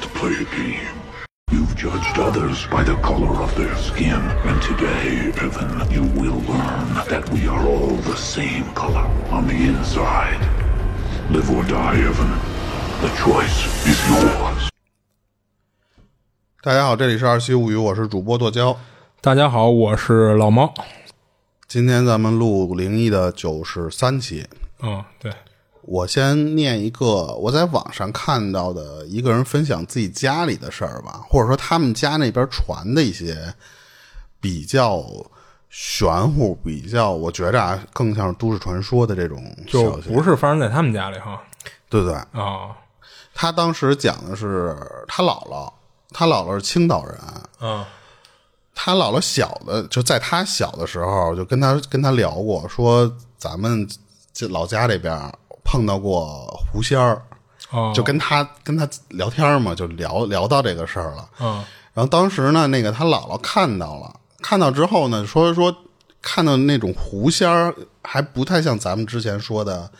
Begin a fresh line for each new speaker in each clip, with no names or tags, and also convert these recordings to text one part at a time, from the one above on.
to play a game. You've judged others by the color of their skin, and today, Evan, you will learn that we are all the same color on the inside. Live or die, Evan. The choice is yours.
大家好，这里是二七物语，我是主播剁椒。
大家好，我是老猫。
今天咱们录灵异的九十三期，
嗯，对，
我先念一个我在网上看到的一个人分享自己家里的事儿吧，或者说他们家那边传的一些比较玄乎、比较我觉着啊更像是都市传说的这种
就
消息。
不是发生在他们家里哈。
对对，
啊、
他当时讲的是他姥姥，他姥姥是青岛人，
嗯，
他姥姥小的，就在他小的时候，就跟他跟他聊过，说咱们这老家这边碰到过狐仙儿，
哦，
就跟他跟他聊天嘛，就聊聊到这个事儿了。
嗯
然后当时呢，那个他姥姥看到了，看到之后呢，说说看到那种狐仙儿还不太像咱们之前说的，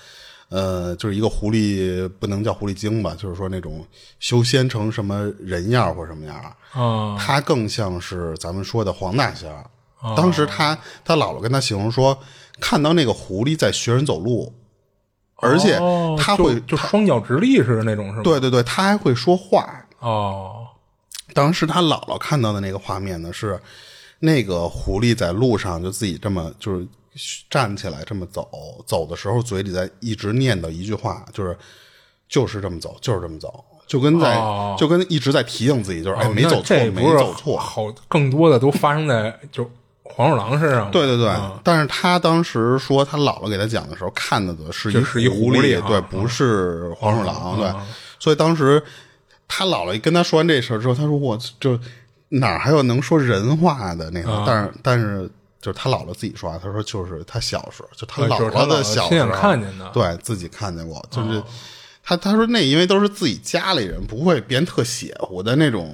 呃，就是一个狐狸不能叫狐狸精吧，就是说那种修仙成什么人样儿或什么样儿。啊
嗯
他更像是咱们说的黄大仙儿。当时他他姥姥跟他形容说，看到那个狐狸在学人走路，而且
哦
他会，
就就双脚直立似的那种，是吗？，
对对对，他还会说话。
哦，
当时他姥姥看到的那个画面呢，是那个狐狸在路上就自己这么就是站起来这么走，走的时候嘴里在一直念叨一句话，就是就是这么走，就是这么走，就跟在、
哦
就跟一直在提醒自己，就是、哎
哦
没
那
走错
这，
没
不是
走错，
好，更多的都发生在就黄鼠狼身上。
对，对对，
嗯
但是他当时说他姥姥给他讲的时候看到的是
这
一
是一狐
狐狸，
狸啊
对，
嗯
不是黄鼠狼，对，所以当时他姥姥跟他说完这事儿之后，他说我就哪还有能说人话的那
嗯
种，但是但是。就是他姥姥自己说啊，他说就是他小时候，就他
对就是他
姥
姥
的
姥
小
亲
时
眼
候
看见的嗯
对自己看见过，就是他他说那因为都是自己家里人，不会别人特邪乎的那种，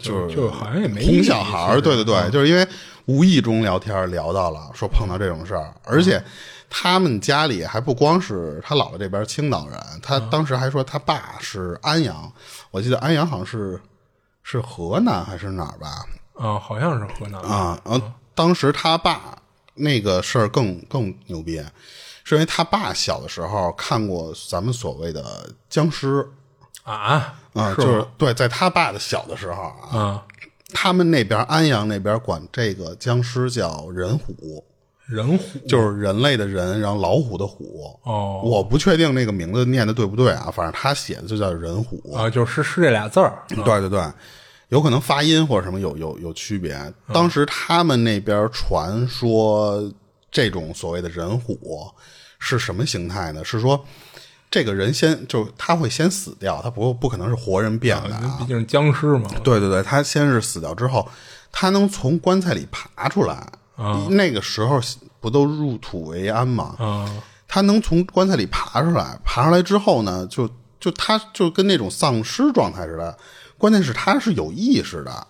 就是
嗯就好像也没意
哄
义
小孩儿，
其实嗯
对对对，就是因为无意中聊天聊到了，说碰到这种事儿，而
嗯
且他们家里还不光是他姥姥这边青岛人，他
嗯
当时还说他爸是安阳，我记得安阳好像是是河南还是哪儿吧，
啊、好像是河南的。
啊，然后当时他爸那个事儿更更牛逼，是因为他爸小的时候看过咱们所谓的僵尸
啊，
啊，
是
就是
吗
对，在他爸的小的时候啊，
啊，
他们那边安阳那边管这个僵尸叫人虎，
人虎
就是人类的人，然后老虎的虎。
哦
我不确定那个名字念的对不对啊，反正他写的就叫人虎。
啊，就是是这俩字儿。
对对对，有可能发音或者什么有有有区别。
嗯
当时他们那边传说这种所谓的人虎是什么形态呢？是说这个人先就是他会先死掉，他不不可能是活人变的啊
毕竟是僵尸嘛，
对对对，他先是死掉之后，他能从棺材里爬出来。那个时候不都入土为安吗？
啊
他能从棺材里爬出来，爬出来之后呢，就就他就跟那种丧尸状态似的。关键是他是有意识的，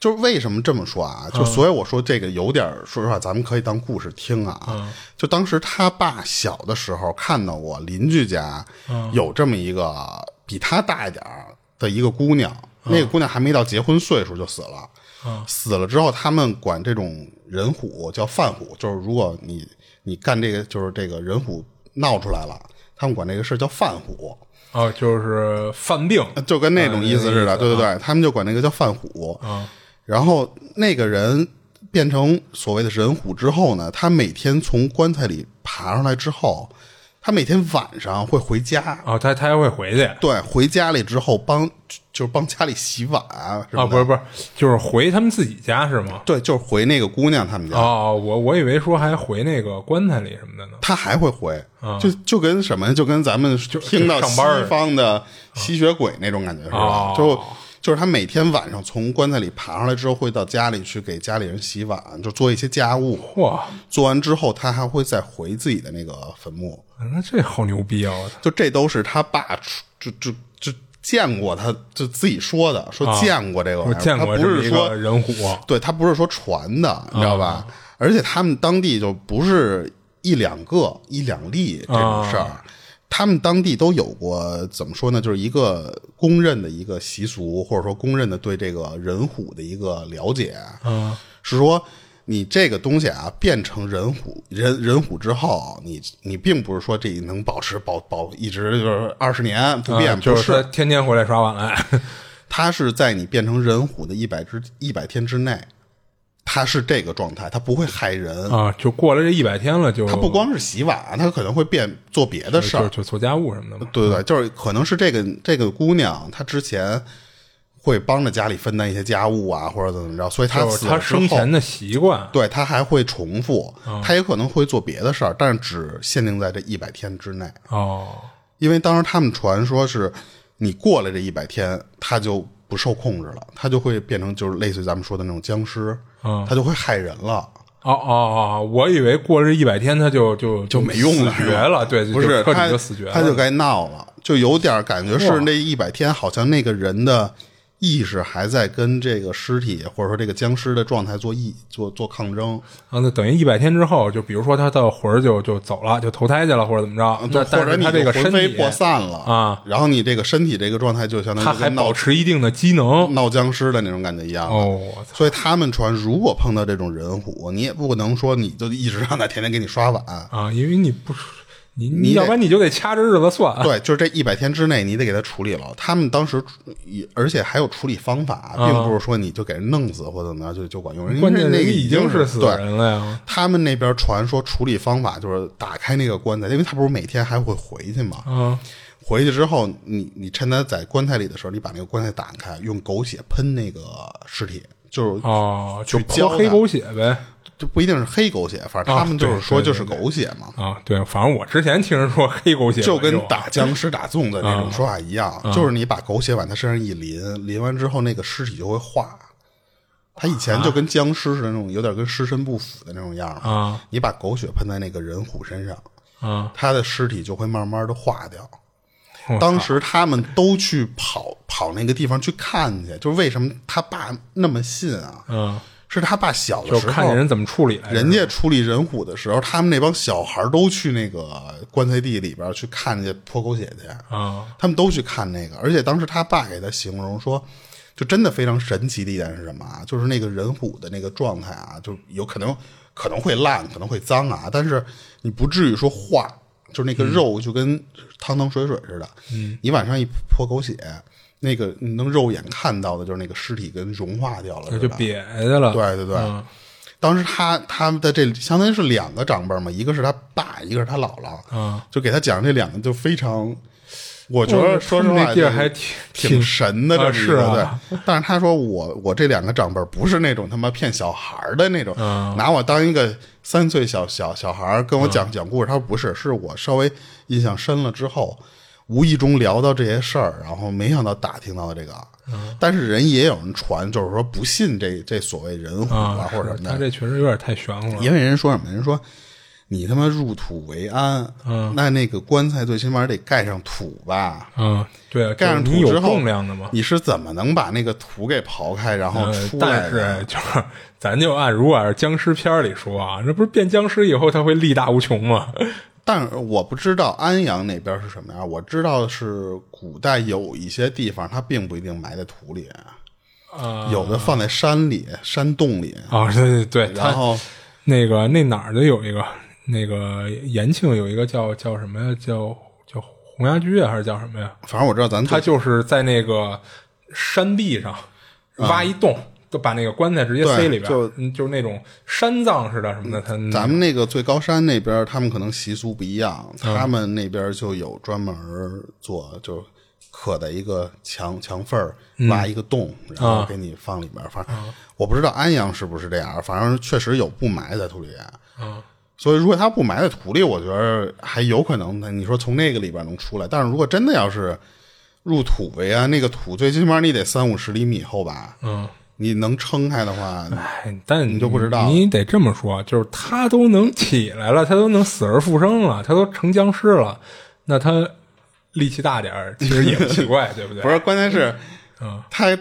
就是为什么这么说啊？就所以我说这个有点儿，说实话，咱们可以当故事听啊。就当时他爸小的时候看到过邻居家有这么一个比他大一点儿的一个姑娘，那个姑娘还没到结婚岁数就死了。死了之后，他们管这种人虎叫犯虎，就是如果你你干这个，就是这个人虎闹出来了，他们管这个事儿叫犯虎，
啊，就是犯病
就跟那种意思似的。
啊
对对对，他们就管那个叫犯虎。然后那个人变成所谓的人虎之后呢，他每天从棺材里爬上来之后，他每天晚上会回家。
啊，他他还会回去啊，
对，回家里之后帮就是帮家里洗碗啊什么的
啊不是不是，就是回他们自己家是吗？
对，就是回那个姑娘他们家。
哦，我我以为说还回那个棺材里什么的呢。
他还会回，就就跟什么，就跟咱们听到
啊上
西
班儿啊
方的吸血鬼那种感觉似
哦
的，就就是他每天晚上从棺材里爬上来之后，会到家里去给家里人洗碗，就做一些家务。
嚯，
做完之后，他还会再回自己的那个坟墓。
那这好牛逼啊！我操
就这都是他爸出就就就见过他，就自己说的，说见过这个玩
我
意儿，
啊见过
啊他
这
不
么
是
一
说
个人虎，啊
对，他不是说传的，你知道吧？
啊
而且他们当地就不是一两个、一两例这种事儿，他们当地都有过怎么说呢？就是一个公认的一个习俗，或者说公认的对这个人虎的一个了解，
嗯，
是说你这个东西啊，变成人虎人人虎之后，你你并不是说这能保持保保一直就是二十年不变，
啊就
不
是他天天回来耍 晚安，
它是在你变成人虎的一百之一百天之内，它是这个状态，它不会害人。
啊，就过了这一百天了，就
它不光是洗碗，它可能会变做别的事
就
儿。
就做家务什么的嘛，
对对对，就是可能是这个这个姑娘，她之前会帮着家里分担一些家务啊，或者怎么着，所以她
就是
死
他
了之后
生，前的嗯习惯，
对她还会重复，她也可能会做别的事儿，但是只限定在这一百天之内。
哦，
因为当时他们传说是，你过了这一百天，他就不受控制了，他就会变成就是类似于咱们说的那种僵尸，
嗯
他就会害人了。
哦哦哦！我以为过这一百天他就就就
没用了
死绝了，对，
不
就是彻
他
底就死绝了，
他就该闹了，就有点感觉
哇
是那一百天好像那个人的意识还在跟这个尸体或者说这个僵尸的状态做一做做抗争，
啊，那等于一百天之后，就比如说他的魂儿就就走了，就投胎去了，或者怎么着？那
啊或
但
者
是
你
他这
就
个身
魂飞
体，
魄散了
啊，
然后你这个身体这个状态就相当于
他
跟
还
闹嗯
保持一定的机能。
闹僵尸的那种感觉一样了
哦，我操！
所以他们传，如果碰到这种人虎，你也不能说你就一直让他天天给你刷碗。
啊，因为你不是你
你
你
得
要不然你就得掐着日子算。
对，就是这一百天之内，你得给他处理了。他们当时也，而且还有处理方法，并不是说你就给人弄死或者怎么样就就管用，因为
啊关
那
键
那个
已
已经
经
是
死
对。
人了呀。
他们那边传说处理方法就是打开那个棺材，因为他不是每天还会回去嘛。
啊，
回去之后，你你趁他在棺材里的时候，你把那个棺材打开，用狗血喷那个尸体，就是
哦，就
去
泼
教
黑
他
狗血呗。
就不一定是黑狗血，反正他
啊
们就是
对
说
对
就是
对对
狗血嘛，
啊，对，反正我之前听人说黑狗血管
就
用，
跟打僵尸、打粽子那
啊
种说法一样，就是你把狗血往他身上一淋，淋完之后那个尸体就会化。他以前就跟僵尸似的那种，有点跟尸身不腐的那种样儿嘛
啊
你把狗血喷在那个人虎身上，
啊，
他的尸体就会慢慢的化掉。
我操
当时他们都去跑跑那个地方去看去，就是为什么他爸那么信啊？
嗯，
是他爸小的
就
时候
看见人怎么处理来着。
人家处理人虎的时候，他们那帮小孩都去那个棺材地里边去看去泼狗血去，
啊，
他们都去看那个。而且当时他爸给他形容说，就真的非常神奇的一点是什么啊？就是那个人虎的那个状态啊，就有可能可能会烂，可能会脏啊，但是你不至于说化，就是那个肉就跟汤汤水水似的。嗯，你往上一泼狗血，那个你能肉眼看到的就是那个尸体跟融化掉了，
那
似
啊就
的。
瘪下去了。
对对对，
嗯
当时他他们的这相当于是两个长辈嘛，一个是他爸，一个是他姥姥，
啊，
就给他讲这两个就非常，我觉得说实
他们
话
嗯那地儿
就
还挺
挺神的这
啊
么一个、
是啊
对。但是他说我我这两个长辈不是那种他妈骗小孩儿的那种，
嗯
拿我当一个三岁小小小孩儿跟我讲、讲故事，他说不是，是我稍微印象深了之后。无意中聊到这些事儿，然后没想到打听到的这个，
嗯
但是人也有人传，就是说不信这这所谓人虎
啊，
或者
是
什么的，
他这确实有点太玄乎了。
因为人说什么？人说你他妈入土为安，嗯，那那个棺材最起码得盖上土吧？
嗯，对，
盖上
就
土
是你有
之后，
重量的嘛。
你是怎么能把那个土给刨开，然后
呃
哦出来
但
的？
是就是，咱就按如果是僵尸片儿里说啊，这不是变僵尸以后他会力大无穷吗？
但是我不知道安阳那边是什么样，我知道是古代有一些地方它并不一定埋在土里，
啊
有的放在山里、山洞里，
啊，对对对，
然
他
后
那个那哪儿的有一个，那个延庆有一个叫叫什么呀？叫叫洪崖居啊，还是叫什么呀？
反正我知道咱
他
最
就是在那个山壁上挖一洞，就把那个棺材直接
啊对
塞里边儿，
就嗯
嗯就是那种山葬似的什么的。他
咱们那个最高山那边，他们可能习俗不一样，
嗯
他们那边就有专门做，就刻在一个墙墙缝儿挖一个洞，然后给你放里边。反正
嗯
我不知道安阳是不是这样，反正确实有不埋在土里。
嗯
所以，如果他不埋在土里，我觉得还有可能。你说从那个里边能出来，但是如果真的要是入土为安，那个土最起码你得三五十厘米厚吧？
嗯，
你能撑开的话，
哎，但你
就不知道
你得这么说，就是他都能起来了，他都能死而复生了，他都成僵尸了，那 他力气大点儿，其实也不奇怪，对不对？嗯
不是，关键是，他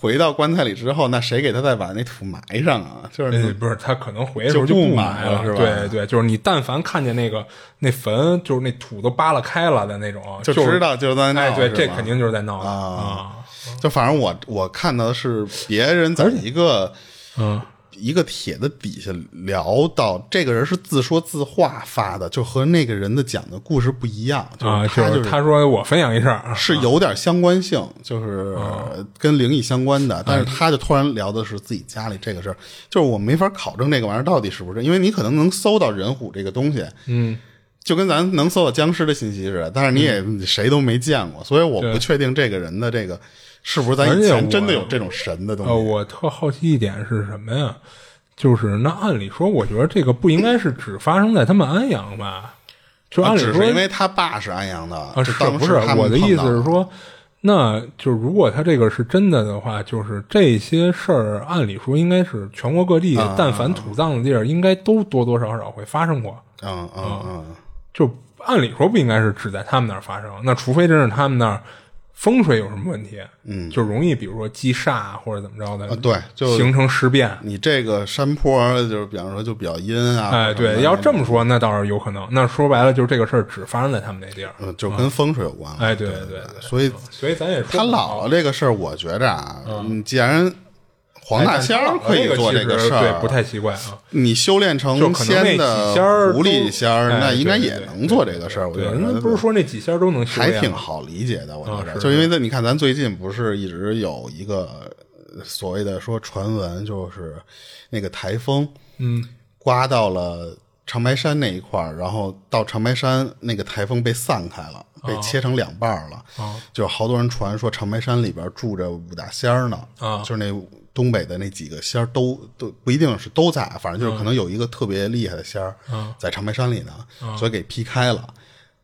回到棺材里之后，那谁给他再把那土埋上啊？就是
呃
那，
不是，他可能回的时候
就不
不
埋了
了，
是吧
对对，就是你但凡看见那个那坟，就是那土都扒拉开了的那种，
就是知道就是在闹
哎，对，
是吧
这肯定就是在闹的啊。
就反正我我看到的是别人在一个
嗯，
一个帖子底下聊到，这个人是自说自话发的，就和那个人的讲的故事不一样，
啊，
是他
就
就是
他说我分享一事儿啊，
是有点相关性，就是呃跟灵异相关的，
哎
但是他就突然聊的是自己家里这个事儿，就是我没法考证这个玩意儿到底是不是，因为你可能能搜到人虎这个东西，嗯，就跟咱能搜到僵尸的信息似的，但是你也
嗯
谁都没见过，所以我不确定这个人的这个是不是咱以
而且
前
我
真的有这种神的东
呃，
西。
我特好奇一点是什么呀？就是那按理说，我觉得这个不应该是只发生在他们安阳吧？就按理
啊只
说，
是因为他爸是安阳的，
啊，
就是当
不
时
是
他们
我的
碰
意思
到
是说，那就是如果他这个是真的的话，就是这些事儿，按理说应该是全国各地，
啊
但凡土葬的地儿，应该都多多少少会发生过。
嗯
啊
嗯嗯，
就按理说不应该是只在他们那儿发生，那除非真是他们那儿风水有什么问题，嗯，就容易比如说积煞或者怎么着的，
啊对就嗯
形成尸变。
你这个山坡就是比方说就比较阴啊，
哎，
什么的
对，要这么说，那倒是有可能。那说白了，就是这个事儿只发生在他们那地儿。
嗯，就跟风水有关了。
啊哎，对
对
对对，
所以
所以咱也说
他姥姥这个事儿，我觉着啊，嗯，既然
哎
黄大仙儿可以做
这
这个事儿，
对，不太奇怪啊。
你修炼成
就可能
仙
那几仙儿
的
都
狐狸仙儿，
哎
那应该
对
也
对
能做这个事儿。我觉
对
得，
那不是说那几仙儿都能修
还
炼
挺
吗
好理解的，我觉得，
是
就因为这你看，咱最近不是一直有一个呃所谓的说传闻，就是那个台风，嗯，刮到了长白山那一块儿，然后到长白山那个台风被散开了，被
啊
切成两半儿了，就好多人传说长白山里边住着五大仙儿呢，
啊
就是那东北的那几个仙儿都都不一定是都在，反正
啊
就是可能有一个特别厉害的仙儿在长白山里呢，
啊
所以给劈开了。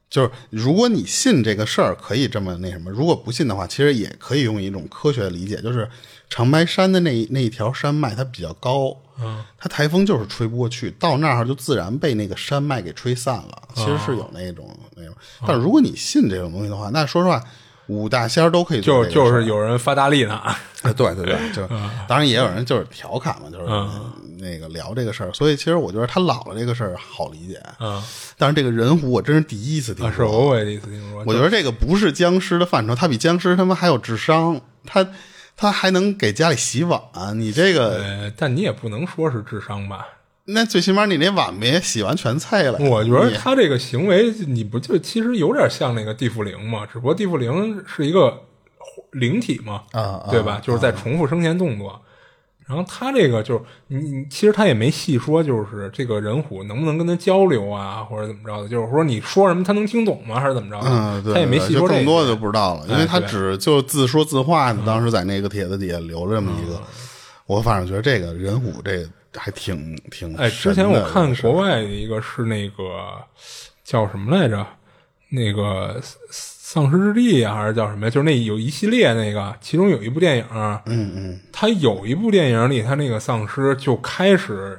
就是如果你信这个事儿，可以这么那什么；如果不信的话，其实也可以用一种科学的理解，就是长白山的那那一条山脉它比较高，嗯，它台风就是吹不过去，到那儿就自然被那个山脉给吹散了。
啊
其实是有那种那种，但如果你信这种东西的话，那说实话，五大仙儿都可以做
就
这个事儿，
就是有啊人发大力呢，
啊，对对对，就当然也有人就是调侃嘛，就是
啊
那个聊这个事儿，所以其实我觉得他老了这个事儿好理解，
嗯，
但是这个人狐我真是第一次听
啊，
说，
是我我也第一次听说。
嗯我觉得这个不是僵尸的范畴，他比僵尸他妈还有智商，他他还能给家里洗碗，你这个
呃，但你也不能说是智商吧？
那最起码你那碗别洗完全碎了，
我觉得
你
他这个行为，你不就其实有点像那个地缚灵嘛？只不过地缚灵是一个灵体嘛，
啊啊
对吧？就是在重复生前动作。然后他这个就是你，你其实他也没细说，就是这个人虎能不能跟他交流啊，或者怎么着的？就是说你说什么他能听懂吗？还是怎么着的？
嗯，对，
他也没
对
细
就
说这
更
一
多
点
的就不知道了，因为
哎
他
对嗯
只就自说自话的，当时在那个帖子底下留了这么一个。我反正觉得这个人虎这个还挺挺
哎，
神
之
的
前我看
这个事儿
国外的一个是那个叫什么来着？那个丧尸之地呀，还是叫什么呀？就是那有一系列那个，其中有一部电影，嗯嗯，它有一部电影里，它那个丧尸就开始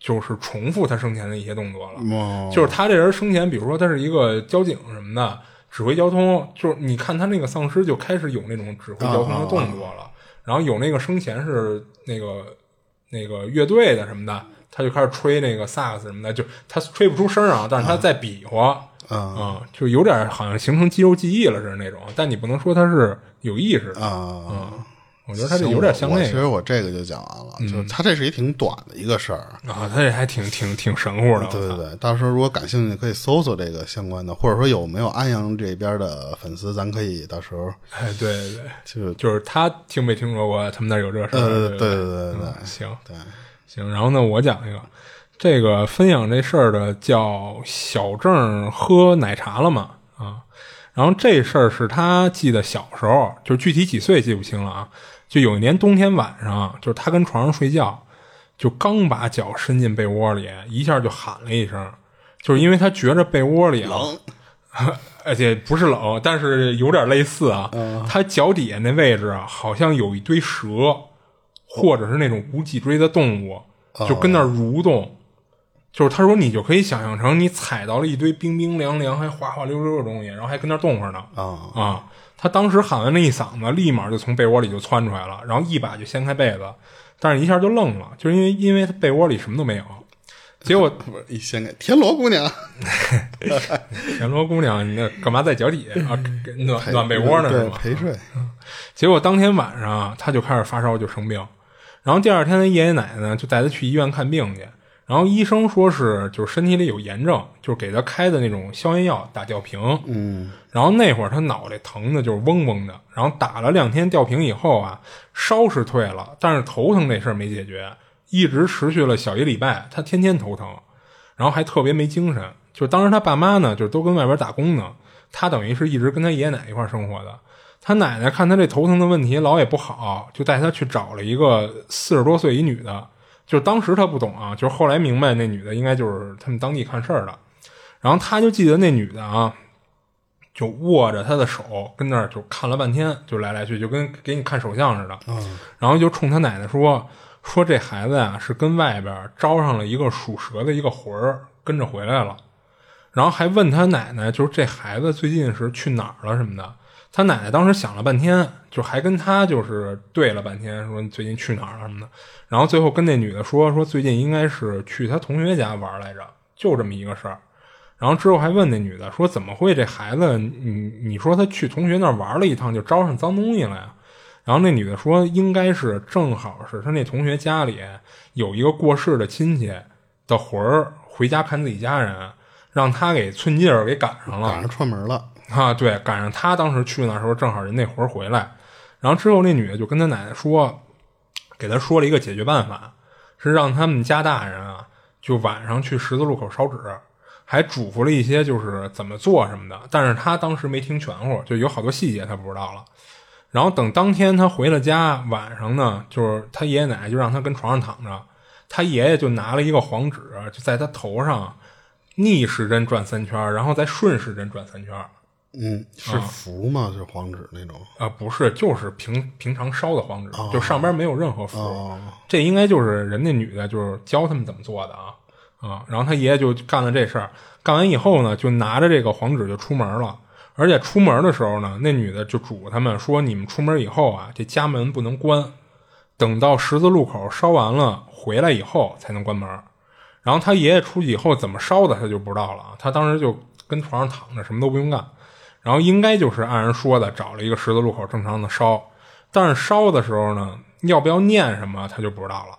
就是重复他生前的一些动作了，
哦
就是他这人生前，比如说他是一个交警什么的，指挥交通，就是你看他那个丧尸就开始有那种指挥交
啊
通的动作了，然后有那个生前是那个那个乐队的什么的，他就开始吹那个萨克斯什么的，就他吹不出声啊，但是他在比划，啊、就有点好像形成肌肉记忆了似的那种，但你不能说他是有意识的，
啊，
我觉得他这有点像
行我我
那
其
个嗯
实我这个就讲完了，就是他这是一挺短的一个事儿。
啊，他这还挺挺挺神乎的，
对对
我操
对，到时候如果感兴趣，可以搜搜这个相关的，或者说有没有安阳这边的粉丝，咱可以到时候
哎，对对对。
就
就是他听没听说过他们那儿有这事儿？啊
呃，对
对
对
嗯对
对对，
行
对
行，然后呢，我讲一个，这个分享这事儿的叫小郑喝奶茶了嘛啊，然后这事儿是他记得小时候，就是具体几岁记不清了啊，就有一年冬天晚上，啊就是他跟床上睡觉，就刚把脚伸进被窝里，一下就喊了一声，就是因为他觉着被窝里啊
冷，
而且不是冷，但是有点类似啊。他脚底下那位置啊，好像有一堆蛇，或者是那种无脊椎的动物，就跟那儿蠕动。就是他说，你就可以想象成你踩到了一堆冰冰凉凉、还滑滑溜溜的东西，然后还跟那儿动会儿呢。
啊
啊，他当时喊完那一嗓子，立马就从被窝里就窜出来了，然后一把就掀开被子，但是一下就愣了，就是因为因为他被窝里什么都没有。结果
不是一掀开，田螺姑 娘，
田螺姑娘，你那干嘛在脚底下啊？暖暖被窝呢是
哎对，
吗？啊
陪睡。
结果当天晚上啊他就开始发烧，就生病。然后第二天，他爷爷奶奶呢就带他去医院看病去。然后医生说是就是身体里有炎症，就是给他开的那种消炎药打吊瓶。嗯。然后那会儿他脑袋疼的就是嗡嗡的，然后打了两天吊瓶以后啊，烧是退了，但是头疼这事儿没解决，一直持续了小一礼拜，他天天头疼。然后还特别没精神。就是当时他爸妈呢，就是都跟外边打工呢，他等于是一直跟他爷爷奶奶一块儿生活的。他奶奶看他这头疼的问题老也不好，就带他去找了一个四十多岁一女的。就是当时他不懂啊，就是后来明白那女的应该就是他们当地看事儿的。然后他就记得那女的啊，就握着他的手跟那儿就看了半天，就来来去就跟给你看手相似的。然后就冲他奶奶说说这孩子啊是跟外边招上了一个属蛇的一个魂儿，跟着回来了。然后还问他奶奶，就是这孩子最近是去哪儿了什么的。他奶奶当时想了半天，就还跟他就是对了半天，说你最近去哪儿了什么的。然后最后跟那女的说，说最近应该是去他同学家玩来着，就这么一个事儿。然后之后还问那女的说，怎么会这孩子你你说他去同学那儿玩了一趟就招上脏东西了呀？然后那女的说，应该是正好是他那同学家里有一个过世的亲戚的魂儿回家看自己家人，让他给寸劲儿给赶上了，
赶上串门了，
啊，对，赶上他当时去那时候正好人那活儿回来，然后之后那女的就跟他奶奶说，给他说了一个解决办法，是让他们家大人啊，就晚上去十字路口烧纸，还嘱咐了一些就是怎么做什么的，但是他当时没听全乎，就有好多细节他不知道了。然后等当天他回了家，晚上呢，就是他爷爷奶奶就让他跟床上躺着，他爷爷就拿了一个黄纸，就在他头上逆时针转三圈儿，然后再顺时针转三圈儿。
嗯，是符吗？是黄纸那种？
啊、不是，就是平平常烧的黄纸，
哦
就上边没有任何符。
哦
这应该就是人那女的，就是教他们怎么做的啊啊！然后他爷爷就干了这事儿，干完以后呢，就拿着这个黄纸就出门了。而且出门的时候呢，那女的就嘱咐他们说：“你们出门以后啊，这家门不能关，等到十字路口烧完了回来以后才能关门。”然后他爷爷出去以后怎么烧的，他就不知道了啊。他当时就跟床上躺着，什么都不用干。然后应该就是按人说的，找了一个十字路口正常的烧。但是烧的时候呢，要不要念什么，他就不知道了。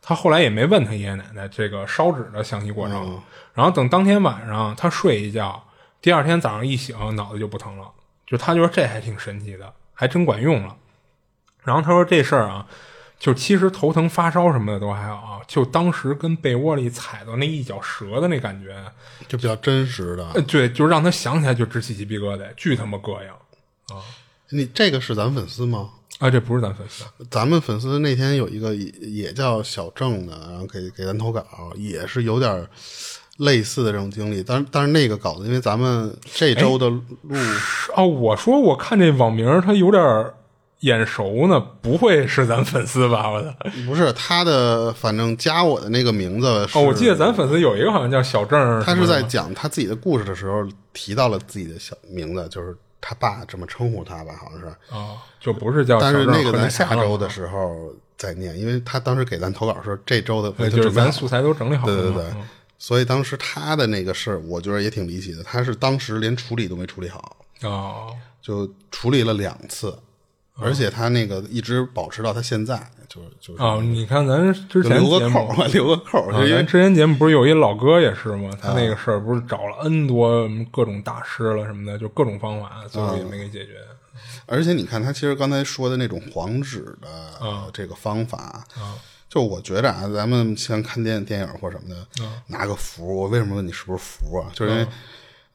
他后来也没问他爷爷奶奶这个烧纸的详细过程。然后等当天晚上他睡一觉，第二天早上一醒，脑袋就不疼了。就他觉得这还挺神奇的，还真管用了。然后他说这事儿啊，就其实头疼发烧什么的都还好啊，就当时跟被窝里踩到那一脚蛇的那感觉，
就比较真实的
呃，。对，就让他想起来就直起鸡皮疙瘩，巨他妈膈应
你这个是咱粉丝吗？
啊！这不是咱粉丝，
咱们粉丝那天有一个也也叫小郑的，然后给给咱投稿，也是有点类似的这种经历。但是但是那个稿子，因为咱们这
哎
周的录，
是哦，我说我看这网名儿他有点儿眼熟呢，不会是咱粉丝吧？我的
不 是他的，反正加我的那个名字是，
哦，我记得咱粉丝有一个好像叫小郑儿什么的，
他是在讲他自己的故事的时候提到了自己的小名字，就是他爸这么称呼他吧，好像是。
哦，就不是叫小
但
郑
是
儿
那个
和啊
咱
啥
下
了
周的时候再念，因为他当时给咱投稿说这周的
对，
他
哎就是
准备好
咱嗯素材都整理好了嘛。
对对对，所以当时他的那个事儿，我觉得也挺离奇的。他是当时连处理都没处理好，
对，哦，
就处理了两次，
嗯
而且他那个一直保持到他现在，就是就是
哦，你看咱之
就
前
留
节
个
目
扣儿，留个扣儿，
啊
就因为
咱之前节目不是有一老哥也是
啊
吗？他那个事儿不是找了 N 多各种大师了什么的，就各种方法，最后也没给解决。
而且你看他其实刚才说的那种黄纸的呃这个方法，就我觉着啊，咱们像看电电影或什么的，拿个符，我为什么问你是不是符啊？就是因为。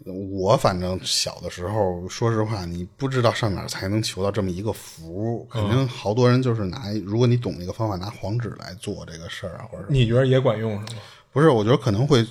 我反正小的时候，说实话，你不知道上哪儿才能求到这么一个符，肯定好多人就是拿，如果你懂那个方法，拿黄纸来做这个事儿啊，或者
你觉得也管用是吗？
不是，我觉得可能会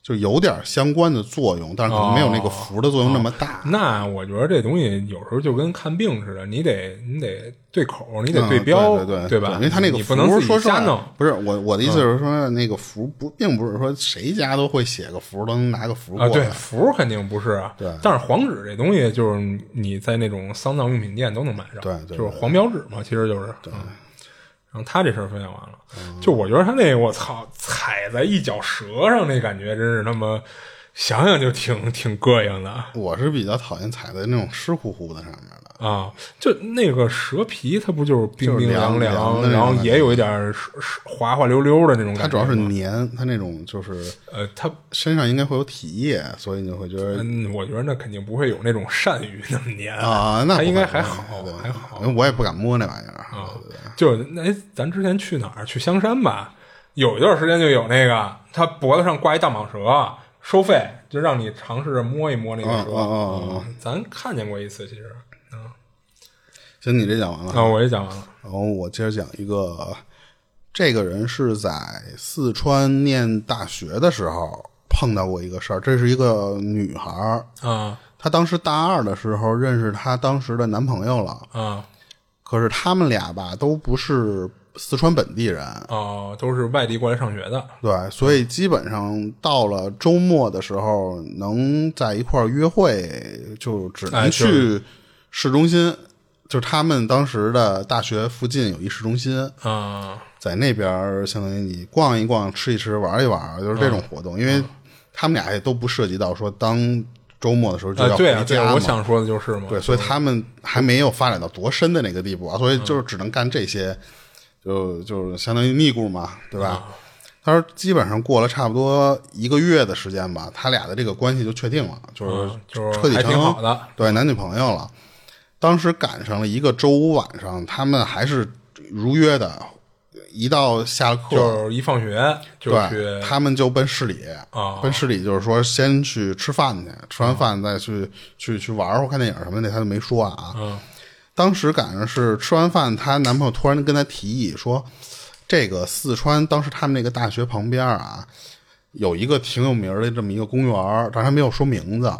就有点相关的作用，但是可能没有那个符的作用那么大。
那我觉得这东西有时候就跟看病似的，你得你得对口，你得
啊对
标，
嗯对对
吧？
因为他那个
你
符
不能自己
说实
瞎
话
弄。嗯
不是我我的意思是说，那个符不并不是说谁家都会写个符，都能拿个符过
啊，对，
来。
符肯定不是啊，
对
但是黄纸这东西，就是你在那种丧葬用品店都能买着，
对对
就是黄标志嘛，其实就是。对。然后他这事儿分享完了，
嗯
就我觉得他那个我操，踩在一脚舌上那感觉，真是他妈想想就挺挺膈应的
我是比较讨厌踩在那种湿乎乎的上面的。
啊！就那个蛇皮，它不就是冰
就是
冰
凉
凉，
凉的那
然后
种感
也有一点儿是是滑滑溜溜的那种感觉吗。
它主要是粘，它那种就是
呃，它
身上应该会有体液，所以你会觉得
嗯，我觉得那肯定不会有那种鳝鱼那么粘
啊，那
它
不
应该
可
还
能
好，
对
还好。
因为我也不敢摸那玩意儿。
嗯
对对
啊就那哎咱之前去哪儿？去香山吧，有一段时间就有那个，他脖子上挂一大蟒蛇，收费就让你尝试着摸一摸那个蛇。
嗯嗯嗯
嗯咱看见过一次，其实
行，你这讲完了
啊、我也讲完了。
然后我接着讲一个，这个人是在四川念大学的时候碰到过一个事儿。这是一个女孩儿，
啊
她当时大二的时候认识她当时的男朋友了，
啊
可是他们俩吧都不是四川本地人，
哦，都是外地过来上学的。
对，所以基本上到了周末的时候，能在一块儿约会，就只
哎
能
就
去市中心。就是他们当时的大学附近有一市中心，
啊
在那边儿相当于你逛一逛、吃一吃、玩一玩，就是
嗯
这种活动。因为他们俩也都不涉及到说当周末的时候就
啊，
要回
对
家
啊
嘛。
对啊，我想说的就是嘛，
对，所以他们还没有发展到多深的那个地步
嗯
啊，所以就是只能干这些，就就是相当于尼姑嘛，对吧？
啊
他说基本上过了差不多一个月的时间吧，他俩的这个关系就确定了，就是
嗯就是
彻底
还
成
挺好的嗯
对男女朋友了。当时赶上了一个周五晚上，他们还是如约的，一到下了课
就是一放学就去
对，他们就奔市里
哦
奔市里就是说先去吃饭去，吃完饭再去、去去玩儿或看电影什么的，他就没说啊。
嗯
当时赶上是吃完饭，她男朋友突然跟她提议说，这个四川当时他们那个大学旁边啊，有一个挺有名儿的这么一个公园儿，但是他没有说名字，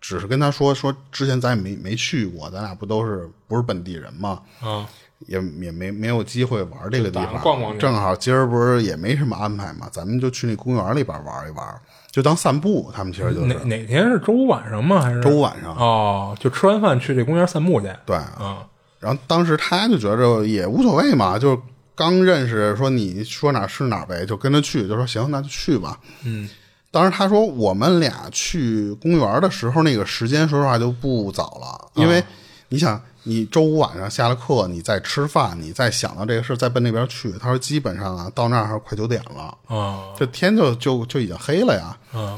只是跟她说说之前咱也没没去过，咱俩不都是不是本地人嘛，
啊
也也没没有机会玩这个地
就打
方，
算逛逛去
正好今儿不是也没什么安排嘛，咱们就去那公园里边玩一玩，就当散步。他们其实就是
哪哪天是周五晚上吗？还是
周五晚上，
哦，就吃完饭去这公园散步去。
对。
啊
然后当时他就觉着也无所谓嘛，就是刚认识，说你说哪儿是哪儿呗，就跟着去，就说行，那就去吧。
嗯，
当时他说我们俩去公园的时候，那个时间说实话就不早了，因为你想，你周五晚上下了课，你再吃饭，你再想到这个事儿，再奔那边去。他说基本上啊，到那儿快九点了，
啊
这天就就就已经黑了呀。
啊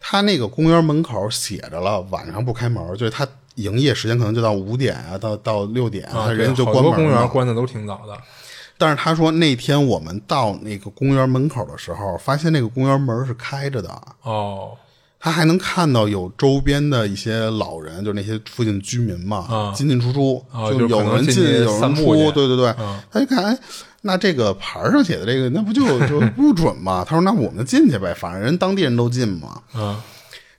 他那个公园门口写着了，晚上不开门，就是他营业时间可能就到五点啊，到到六点啊，
啊！
他
对
人就
好
关门
多
了。
公园关的都挺早的。
但是他说那天我们到那个公园门口的时候，发现那个公园门是开着的，
哦，
他还能看到有周边的一些老人，就是那些附近居民嘛，
啊
进进出出，
啊
就
就可
有
能
人
进
进，
去
有
散
人
步
出，
去
对对对，
啊
他一看，哎，那这个牌儿上写的这个，那不就就不准嘛？他说那我们进去呗，反正人当地人都进嘛。
嗯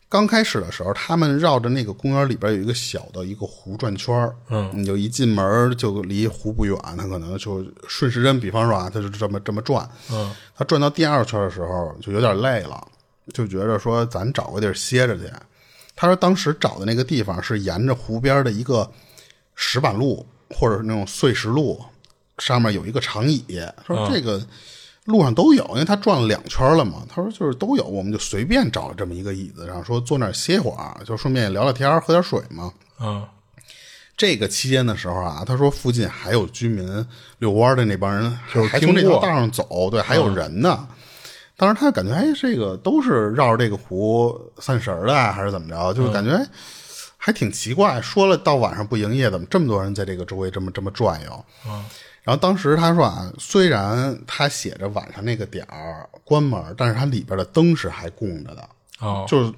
刚开始的时候，他们绕着那个公园里边有一个小的一个湖转圈儿，
嗯
你就一进门儿就离湖不远，他可能就顺时针，比方说啊，他就这么这么转，
嗯
他转到第二圈的时候就有点累了，就觉着说咱找个地儿歇着去。他说当时找的那个地方是沿着湖边的一个石板路或者是那种碎石路，上面有一个长椅。
嗯
说这个路上都有，因为他转了两圈了嘛。他说就是都有，我们就随便找了这么一个椅子上，说坐那儿歇会儿，就顺便聊聊天儿，喝点水嘛。
嗯
这个期间的时候啊，他说附近还有居民遛弯的那帮人，
就是
还
经
从这条
过嗯
道上走，对，还有人呢。当时他感觉，哎，这个都是绕着这个湖散神儿的啊，还是怎么着？
嗯
就是感觉哎还挺奇怪。说了到晚上不营业，怎么这么多人在这个周围这么这么转悠？
嗯
然后当时他说啊，虽然他写着晚上那个点儿关门，但是它里边的灯是还供着的。
哦，
就是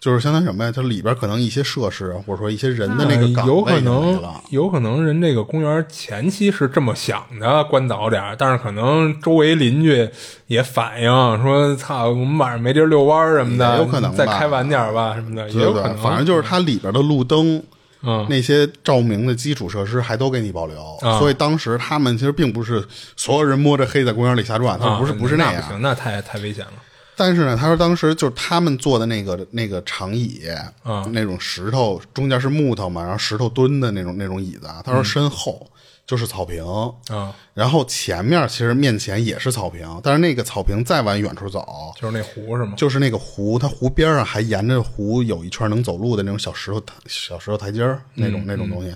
就是相当于什么呀？它里边可能一些设施啊，或者说一些人的那个岗
嗯有可
位就没
能
了，
有可能人这个公园前期是这么想的，关早点儿，但是可能周围邻居也反映说：“操，我们晚上没地儿遛弯儿什么的，
也有可能吧
再开晚点儿吧什么的，也
对
有
不
可
对
能。”？
反正就是它里边的路灯。
嗯
那些照明的基础设施还都给你保留，所以当时他们其实并不是所有人摸着黑在公园里瞎转，他
啊，
们不是、不是
那
样
不。行，那太太危险了。
但是呢，他说当时就是他们坐的那个那个长椅，
啊
那种石头中间是木头嘛，然后石头墩的那种那种椅子啊。他说身后就是草坪，
嗯啊，
然后前面其实面前也是草坪，但是那个草坪再往远处走，
就是那湖是吗？
就是那个湖，它湖边上还沿着湖有一圈能走路的那种小石头台、小石头台阶儿那种、
嗯
那种东西。